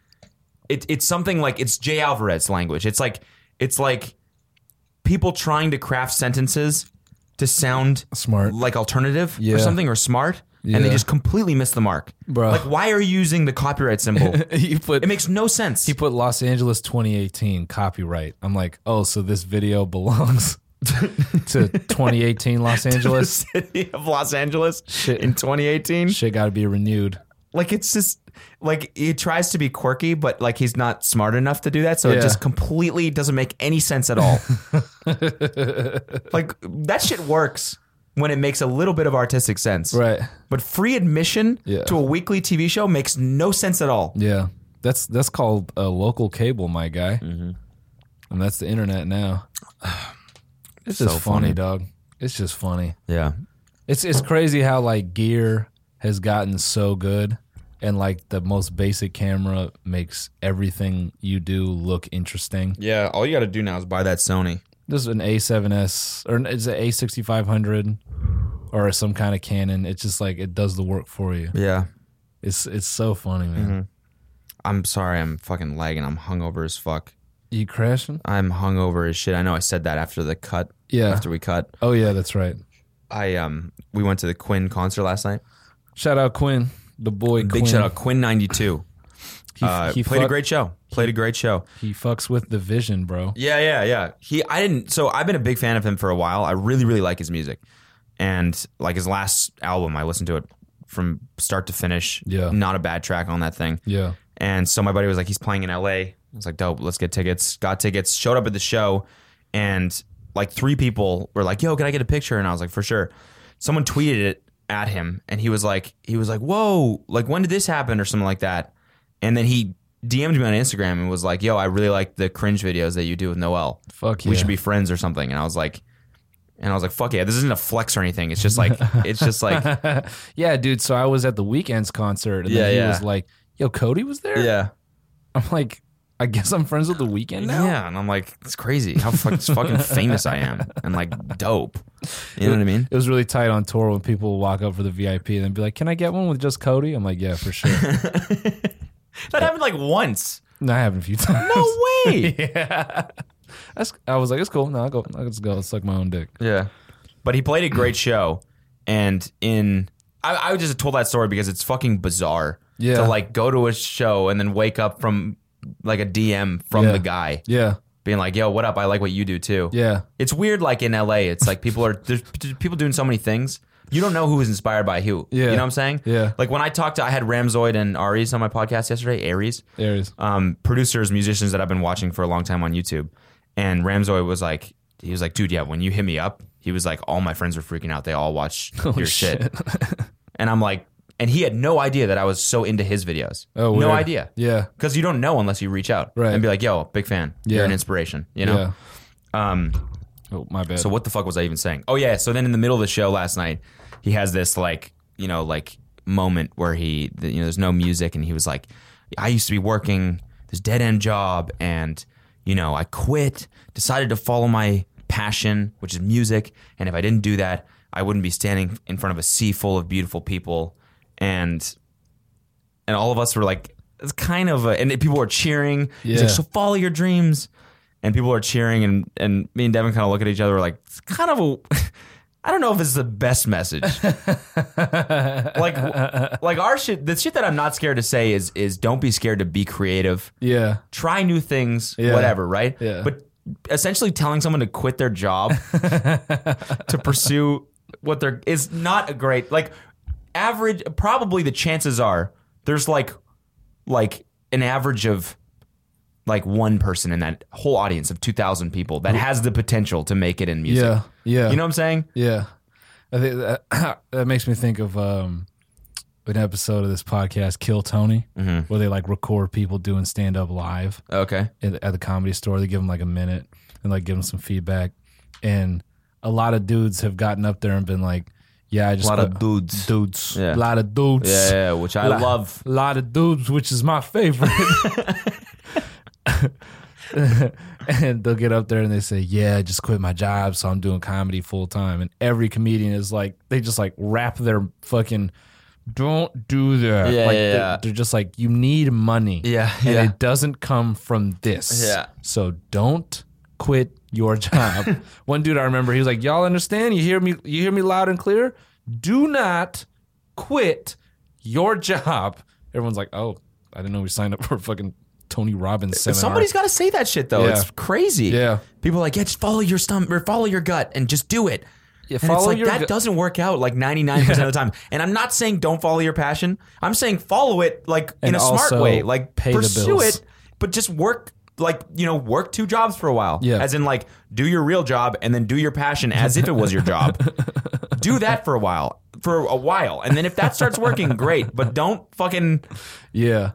D: it, it's something like it's jay alvarez language it's like it's like people trying to craft sentences to sound
E: Smart.
D: like alternative
E: Yeah.
D: or something or smart and they
E: Yeah.
D: just completely miss the mark
E: Bruh.
D: like why are you using the copyright symbol
E: [LAUGHS]
D: it
E: [LAUGHS] you put
D: makes no sense
E: He put Los Angeles 2018 copyright. I'm like, oh, so this video [LAUGHS] belongs to
D: [LAUGHS]
E: 2018 Los Angeles.
D: city of los angeles in 2018
E: Shit got to be renewed.
D: like it's just like he tries to be quirky but like he's not smart enough to do that so
E: Yeah.
D: it just completely doesn't make any sense at
E: [LAUGHS]
D: all like that shit works when it makes a little bit of artistic sense
E: Right.
D: but free admission
E: Yeah.
D: to a weekly tv show makes no sense at all
E: Yeah. That's that's called a local cable, my guy.
D: Mm-hmm.
E: And that's the
D: [SIGHS]
E: internet now. It's just
D: So
E: funny,
D: funny.
E: dog. It's just funny.
D: yeah
E: It's it's crazy how like gear has gotten so good and like the most basic camera makes everything you do look interesting.
D: yeah all you gotta do now is buy that sony
E: This is an A7S or it's an A6500 or some kind of Canon. It's just like it does the work for you.
D: yeah
E: It's it's so funny, man.
D: Mm-hmm. I'm sorry, I'm fucking lagging. I'm hungover as fuck.
E: You crashing?
D: I'm hungover as shit. I know I said that after the cut.
E: Yeah.
D: After we cut,
E: Oh yeah, that's right.
D: I um we went to the Quinn concert last night.
E: Shout out Quinn, the boy.
D: Big
E: Quinn.
D: shout out Quinn ninety two.
E: He,
D: Uh,
E: he
D: played a
E: fuck-
D: great show. Played a great show.
E: He fucks with the vision, bro.
D: Yeah, yeah, yeah. He, I didn't. So I've been a big fan of him for a while. I really, really like his music, and like his last album, I listened to it from start to finish.
E: Yeah.
D: not a bad track on that thing.
E: Yeah.
D: And so my buddy was like, he's playing in LA. I was like, dope, let's get tickets. Got tickets, showed up at the show, and like three people were like, yo, can I get a picture? And I was like, for sure. Someone tweeted it at him and he was like, he was like, whoa, like when did this happen or something like that? And then he DM'd me on Instagram and was like, yo, I really like the cringe videos that you do with Noel.
E: Fuck yeah.
D: We should be friends or something. And I was like, and I was like, fuck yeah, this isn't a flex or anything. It's just like, it's just like,
E: yeah, dude. So I was at the weekends concert, and
D: Yeah,
E: then he
D: yeah.
E: was like, "Yo, Cody was there."
D: yeah.
E: I'm like, I guess I'm friends with the weekend now.
D: Yeah, and I'm like, it's crazy how fuck, [LAUGHS] it's fucking famous I am and like dope. You know what I mean?
E: It was really tight on tour when people would walk up for the VIP and then be like, "Can I get one with just Cody?" I'm like, "Yeah, for sure."
D: [LAUGHS] That happened like once.
E: no, I haven't a few [LAUGHS] times.
D: [LAUGHS] No way.
E: yeah. That's, I was like, it's cool. No, I'll go. I'll just go. I'll suck my own dick.
D: yeah. But he played a great show, and in I, I would just told that story because it's fucking bizarre.
E: Yeah.
D: To like go to a show and then wake up from like a DM from
E: Yeah.
D: the guy
E: Yeah.
D: being like, "Yo, what up? I like what you do too."
E: Yeah.
D: It's weird, like in LA, it's like people are there's p- people doing so many things. You don't know who is inspired by who.
E: Yeah.
D: You know what I'm saying?
E: Yeah.
D: Like when I talked to, I had Ramzoid and Aries on my podcast yesterday, Aries.
E: Aries.
D: Um, producers, musicians that I've been watching for a long time on YouTube. And Ramzoid was like, he was like, dude, yeah, when you hit me up, he was like, all my friends were freaking out. They all
E: [LAUGHS]
D: watched your shit. and I'm like, and he had no idea that I was so into his videos.
E: Oh,
D: no
E: weird.
D: idea.
E: Yeah.
D: Because you don't know unless you reach out
E: Right.
D: and be like, yo, big fan.
E: Yeah.
D: You're an inspiration, you know? Um,
E: Yeah. Oh, my bad.
D: so what the fuck was I even saying? Oh yeah. So then in the middle of the show last night, he has this like you know like moment where he the, you know there's no music and he was like, I used to be working this dead end job and you know I quit, decided to follow my passion which is music, and if I didn't do that, I wouldn't be standing in front of a sea full of beautiful people, and and all of us were like. It's kind of a, and people were cheering. He's like,
E: Yeah.
D: so follow your dreams and people are cheering and and me and Devin kind of look at each other we're like it's kind of a [LAUGHS] I don't know if it's the best message. like like our shit the shit that I'm not scared to say is is don't be scared to be creative.
E: yeah.
D: Try new things,
E: Yeah.
D: whatever, right?
E: Yeah.
D: But essentially telling someone to quit their
E: [LAUGHS]
D: job to pursue what they're is not a great like average probably the chances are there's like like an average of like one person in that whole audience of 2000 people that has the potential to make it in music.
E: Yeah. Yeah.
D: You know what I'm saying?
E: Yeah, I think that, [COUGHS] that makes me think of um, an episode of this podcast, Kill Tony,
D: Mm-hmm.
E: where they like record people doing stand up live
D: Okay.
E: at, at the comedy store. They give them like a minute and like give them some feedback. And a lot of dudes have gotten up there and been like, "Yeah, I just
D: Lot of
E: quit-
D: dudes.
E: dudes,
D: Yeah.
E: a lot of dudes,
D: Yeah, yeah, which I
E: Lot-
D: love.
E: lot of dudes, which is my favorite. and they'll get up there and they say, "Yeah, I just quit my job, so I'm doing comedy full time." And every comedian is like, they just like wrap their fucking, "Don't do that."
D: Yeah,
E: like,
D: yeah,
E: they're,
D: yeah.
E: they're just like, "You need money."
D: Yeah,
E: and
D: yeah.
E: it doesn't come from this.
D: Yeah.
E: so don't quit
D: [LAUGHS]
E: your job. One dude I remember, he was like, "Y'all understand? You hear me? You hear me loud and clear? Do not quit your job." Everyone's like, "Oh, I didn't know we signed up for a fucking." Tony Robbins seminar.
D: Somebody's got to say that shit though.
E: Yeah.
D: It's crazy.
E: Yeah.
D: People are like, yeah, just follow your stomach or follow your gut and just do it. Yeah, and it's
E: follow
D: like
E: your
D: that
E: gut.
D: doesn't work out like 99% of the time. And I'm not saying don't follow your passion. I'm saying follow it like in
E: And
D: a smart
E: also
D: way. Like
E: pay the
D: pursue
E: bills.
D: it, but just work like, you know, work two jobs for a while.
E: Yeah.
D: As in like do your real job and then do your passion as if it was your
E: [LAUGHS]
D: job. do that for a while. For a while. And then if that starts working, great. But don't fucking
E: Yeah.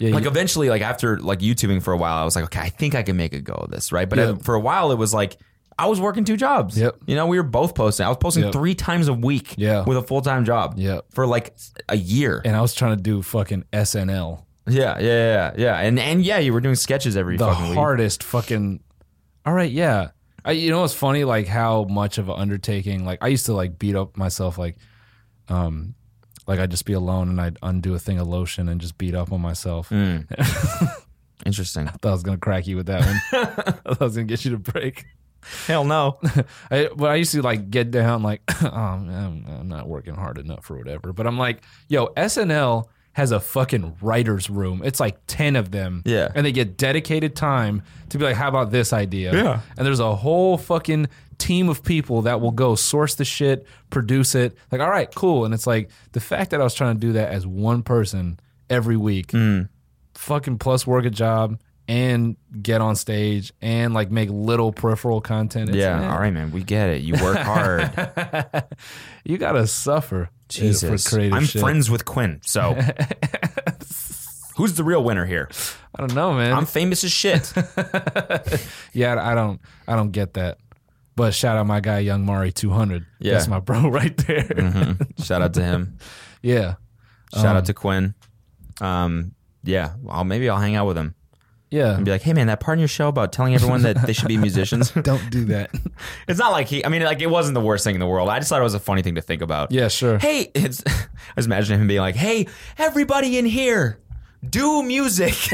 E: Yeah.
D: like
E: you-
D: eventually like after like youtubing for a while i was like okay i think i can make a go of this right but
E: Yeah.
D: I- for a while it was like i was working two jobs
E: Yep.
D: you know we were both posting i was posting
E: Yep.
D: three times a week
E: Yeah.
D: with a full-time job
E: Yep.
D: for like a year
E: and I was trying to do fucking SNL.
D: yeah yeah yeah yeah and and yeah you were doing sketches every
E: The
D: fucking week
E: hardest fucking. All right. Yeah. I, you know what's funny? Like how much of an undertaking. Like I used to like beat up myself. Like, um, like I'd just be alone and I'd undo a thing of lotion and just beat up on myself.
D: Mm. interesting
E: Thought I was gonna crack you with that
D: [LAUGHS]
E: one. [LAUGHS] I thought I was gonna get you to break.
D: hell no
E: I, but I used to like get down like, [COUGHS] oh, I'm, I'm not working hard enough or whatever. But I'm like, yo, SNL has a fucking writer's room. It's like 10 of them.
D: Yeah.
E: And they get dedicated time to be like, how about this idea?
D: Yeah.
E: And there's a whole fucking team of people that will go source the shit, produce it. Like, all right, cool. And it's like the fact that I was trying to do that as one person every week,
D: Hmm.
E: fucking plus work a job and get on stage and like make little peripheral content. It's-
D: [LAUGHS] yeah all right man we get it you work
E: [LAUGHS]
D: hard
E: you gotta suffer
D: jesus
E: for creative
D: i'm
E: shit.
D: friends with quinn
E: [LAUGHS]
D: so who's the real winner here
E: I don't know, man.
D: i'm famous as
E: [LAUGHS]
D: shit
E: yeah, I don't, I don't get that. But shout out my guy Young Mari two hundred.
D: Yeah. Mm-hmm.
E: that's my bro [LAUGHS] right there.
D: shout out to him
E: Yeah,
D: Shout out to Quinn. Um, yeah, I'll maybe I'll hang out with him
E: yeah.
D: and be like, "Hey, man, that part in your show about telling everyone that they should
E: [LAUGHS]
D: be musicians."
E: Don't do that.
D: it's not like he. I mean, like it wasn't the worst thing in the world. I just thought it was a funny thing to think about.
E: [LAUGHS] yeah, sure.
D: Hey, it's. [LAUGHS] I was imagining him being like, "Hey, everybody in here." Do music [LAUGHS]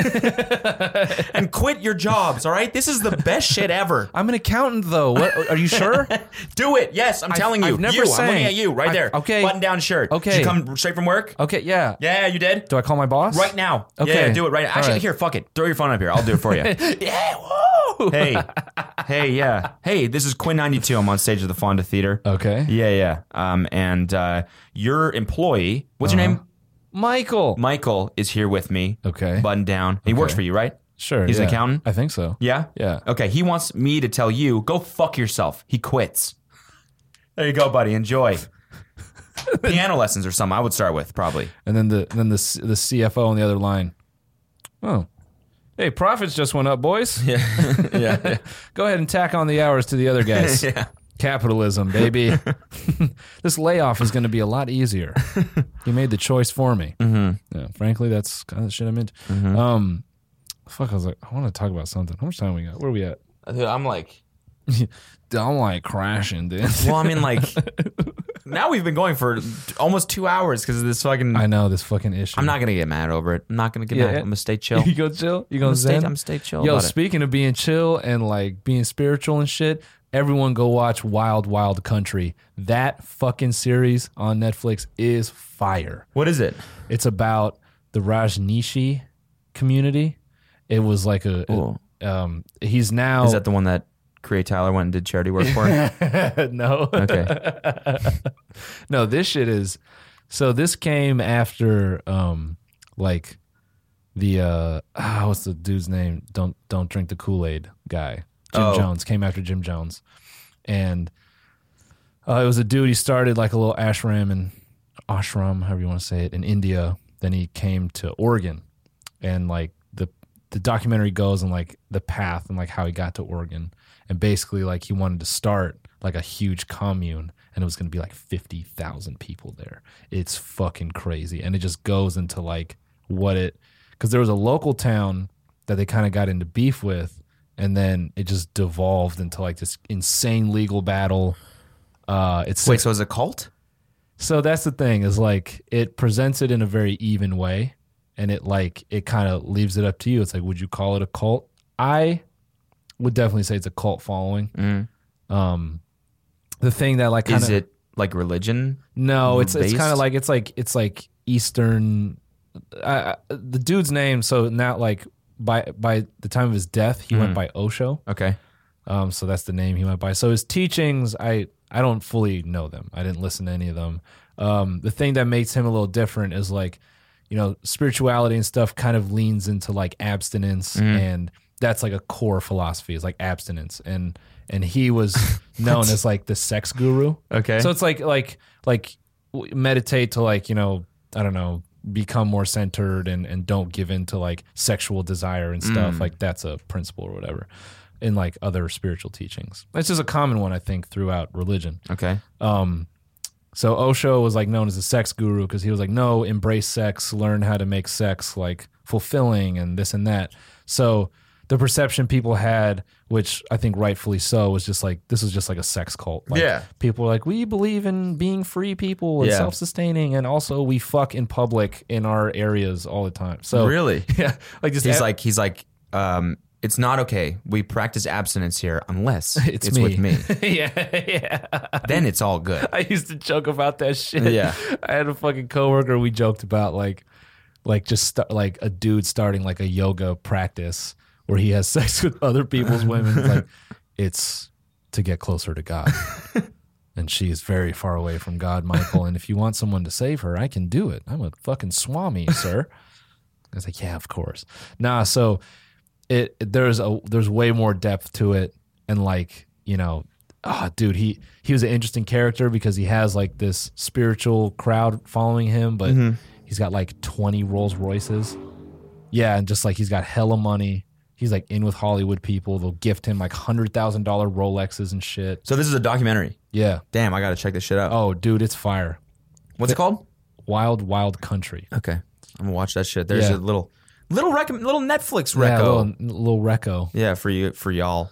D: and quit your jobs, all right? This is the best shit ever.
E: I'm an accountant though. What are you
D: [LAUGHS]
E: sure?
D: Do it. Yes, I'm telling you.
E: I've never
D: you, I'm
E: sang.
D: looking at you right
E: I-
D: there.
E: okay.
D: Button down shirt. Did
E: Okay. Uh,
D: you come straight from work?
E: okay, yeah.
D: Yeah, you did?
E: Do I call my boss
D: Right now.
E: Okay.
D: Yeah, do it right now.
E: All
D: Actually,
E: right. [LAUGHS]
D: here, fuck it. Throw your phone up here. I'll do it for you. yeah, woo! hey, hey, yeah, hey, this is Quinn ninety two. I'm on stage at the Fonda Theater.
E: Okay.
D: Yeah, yeah. Um, and uh, your employee, what's
E: Uh-huh.
D: your name?
E: Michael.
D: Michael is here with me.
E: Okay.
D: Button down. He works for you, right?
E: sure.
D: He's an
E: yeah.
D: accountant?
E: I think so.
D: Yeah.
E: Yeah.
D: Okay. He wants me to tell you, go fuck yourself. He quits. There you go, buddy.
E: [LAUGHS]
D: Enjoy. Piano lessons or something. I would start with probably.
E: And then the then the C- the CFO on the other line. Oh. Hey, profits just went up, boys. [LAUGHS] Yeah. yeah. Go ahead and tack on the hours to the other guys. [LAUGHS] yeah. Capitalism, [LAUGHS] baby. this layoff is going to be a lot [LAUGHS] easier. you made the choice for me. Mm-hmm. Yeah, frankly, that's kind of the shit I'm into. Um, fuck, I was like, I want to talk about something. How much time we got? Where are we at?
D: Dude, I'm like,
E: I'm like crashing, dude.
D: well, I mean, like, now we've been going for almost two hours because of this fucking.
E: [LAUGHS] I know this fucking issue.
D: I'm not gonna get mad over it. I'm not gonna get
E: Yeah.
D: mad. I'm gonna stay
E: [LAUGHS]
D: chill.
E: You go chill. You go
D: I'm stay-
E: zen.
D: I'm stay chill
E: Yo,
D: about it.
E: speaking of being chill and like being spiritual and shit, everyone go watch Wild Wild Country. That fucking series on Netflix is fire.
D: What is it?
E: It's about the Rajnishi community. It was like a,
D: Cool.
E: um, he's now
D: Is that the one that Crea Tyler went and did charity work
E: [LAUGHS]
D: for?
E: no.
D: Okay.
E: [LAUGHS] no, this shit is so this came after um like the uh ah, what's the dude's name? Don't don't drink the Kool-Aid guy. Jim
D: Oh.
E: Jones came after Jim Jones. And uh, it was a dude he started like a little ashram and ashram, however you want to say it, in India. Then he came to Oregon and like the the documentary goes on like the path and like how he got to Oregon and basically like he wanted to start like a huge commune and it was going to be like 50,000 people there. It's fucking crazy and it just goes into like what it cuz there was a local town that they kind of got into beef with and then it just devolved into like this insane legal battle. Uh it's
D: Wait, so it's a cult?
E: so that's the thing is like it presents it in a very even way and it like it kind of leaves it up to you. It's like would you call it a cult? I would definitely say it's a cult following. Um the thing that like kind
D: Mm. Is
E: of
D: it like religion?
E: no, it's it's
D: based?
E: kind of like it's like it's like Eastern. I, I, the dude's name, so not like by by the time of his death, he
D: Mm.
E: went by Osho.
D: Okay.
E: Um, so that's the name he went by. So his teachings, I I don't fully know them. I didn't listen to any of them. Um, the thing that makes him a little different is like, you know, spirituality and stuff kind of leans into like abstinence, and that's like a core philosophy is like abstinence. And and he was known as like the sex guru.
D: Okay.
E: So it's like like like w- meditate to like you know I don't know become more centered and and don't give in to like sexual desire and stuff like that's a principle or whatever in like other spiritual teachings. That's just a common one I think throughout religion.
D: Okay.
E: So Osho was like known as a sex guru because he was like, no, embrace sex, learn how to make sex like fulfilling and this and that. So the perception people had, which I think rightfully so, was just like this was just like a sex cult. Like,
D: Yeah.
E: people were like, we believe in being free people and
D: Yeah.
E: self-sustaining, and also we fuck in public in our areas all the time. So
D: really?
E: Oh. [LAUGHS] yeah, like just e-
D: He's
E: ev-
D: like he's like um it's not okay. We practice abstinence here unless
E: [LAUGHS] it's,
D: it's, with me.
E: [LAUGHS] yeah, yeah.
D: then it's all good.
E: [LAUGHS] I used to joke about that shit.
D: Yeah.
E: I had a fucking coworker. We joked about like, like just st- like a dude starting like a yoga practice where he has [LAUGHS] sex with other people's women. It's like, it's to get closer to God, and she is very far away from God, Michael. And if you want someone to save her, I can do it. I'm a fucking swami, sir. I was like, yeah, of course. Nah, so it there's a there's way more depth to it, and like you know, ah, dude, he he was an interesting character because he has like this spiritual crowd following him, but he's got like twenty Rolls Royces, yeah, and just like he's got hella money. He's like in with Hollywood people. They'll gift him like hundred thousand dollar Rolexes and shit.
D: So this is a documentary.
E: Yeah.
D: Damn, I gotta check this shit out.
E: Oh, dude, it's fire.
D: What's it called?
E: Wild, wild country.
D: Okay. I'm gonna watch that shit. There's a
E: Yeah.
D: little little rec- little Netflix reco.
E: Yeah, little, little reco.
D: Yeah, for you for y'all.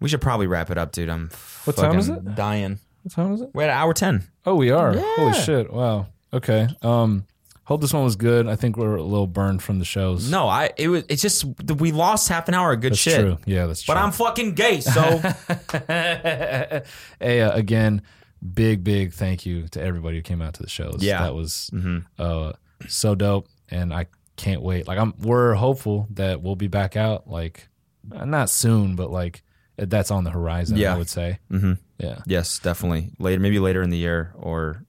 D: We should probably wrap it up, dude. I'm
E: What time is
D: fucking Dying.
E: What time is it?
D: We're at hour ten.
E: Oh, we are. Holy shit! Wow. Okay. Um, hope this one was good. I think we're a little burned from the shows.
D: No, I it was it's just we lost half an hour of good
E: that's
D: shit.
E: true. Yeah, that's true.
D: But I'm fucking gay,
E: [LAUGHS]
D: so
E: hey, uh, again, big, big thank you to everybody who came out to the shows.
D: Yeah. Mm-hmm.
E: that was uh, so dope, and I can't wait. Like, I'm we're hopeful that we'll be back out like uh, not soon, but like that's on the horizon.
D: Yeah. Mm-hmm.
E: I would say. Yeah.
D: Yes, definitely later, maybe later in the year or.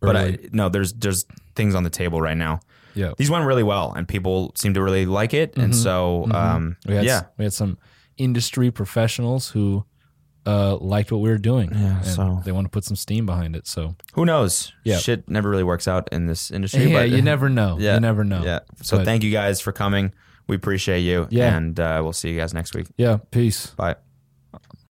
D: But I, no, there's there's things on the table right now.
E: Yeah.
D: These went really well, and people seem to really like it, and so um,
E: Mm-hmm. We had,
D: yeah,
E: s- we had some industry professionals who uh, liked what we were doing. Yeah,
D: so-
E: they want to put some steam behind it. So
D: who knows?
E: Yeah.
D: shit never really works out in this industry.
E: [LAUGHS] yeah,
D: but
E: you never know.
D: Yeah.
E: You never know.
D: Yeah. So
E: But-
D: thank you guys for coming. We appreciate you.
E: Yeah.
D: And uh, we'll see you guys next week.
E: Yeah. Peace.
D: Bye.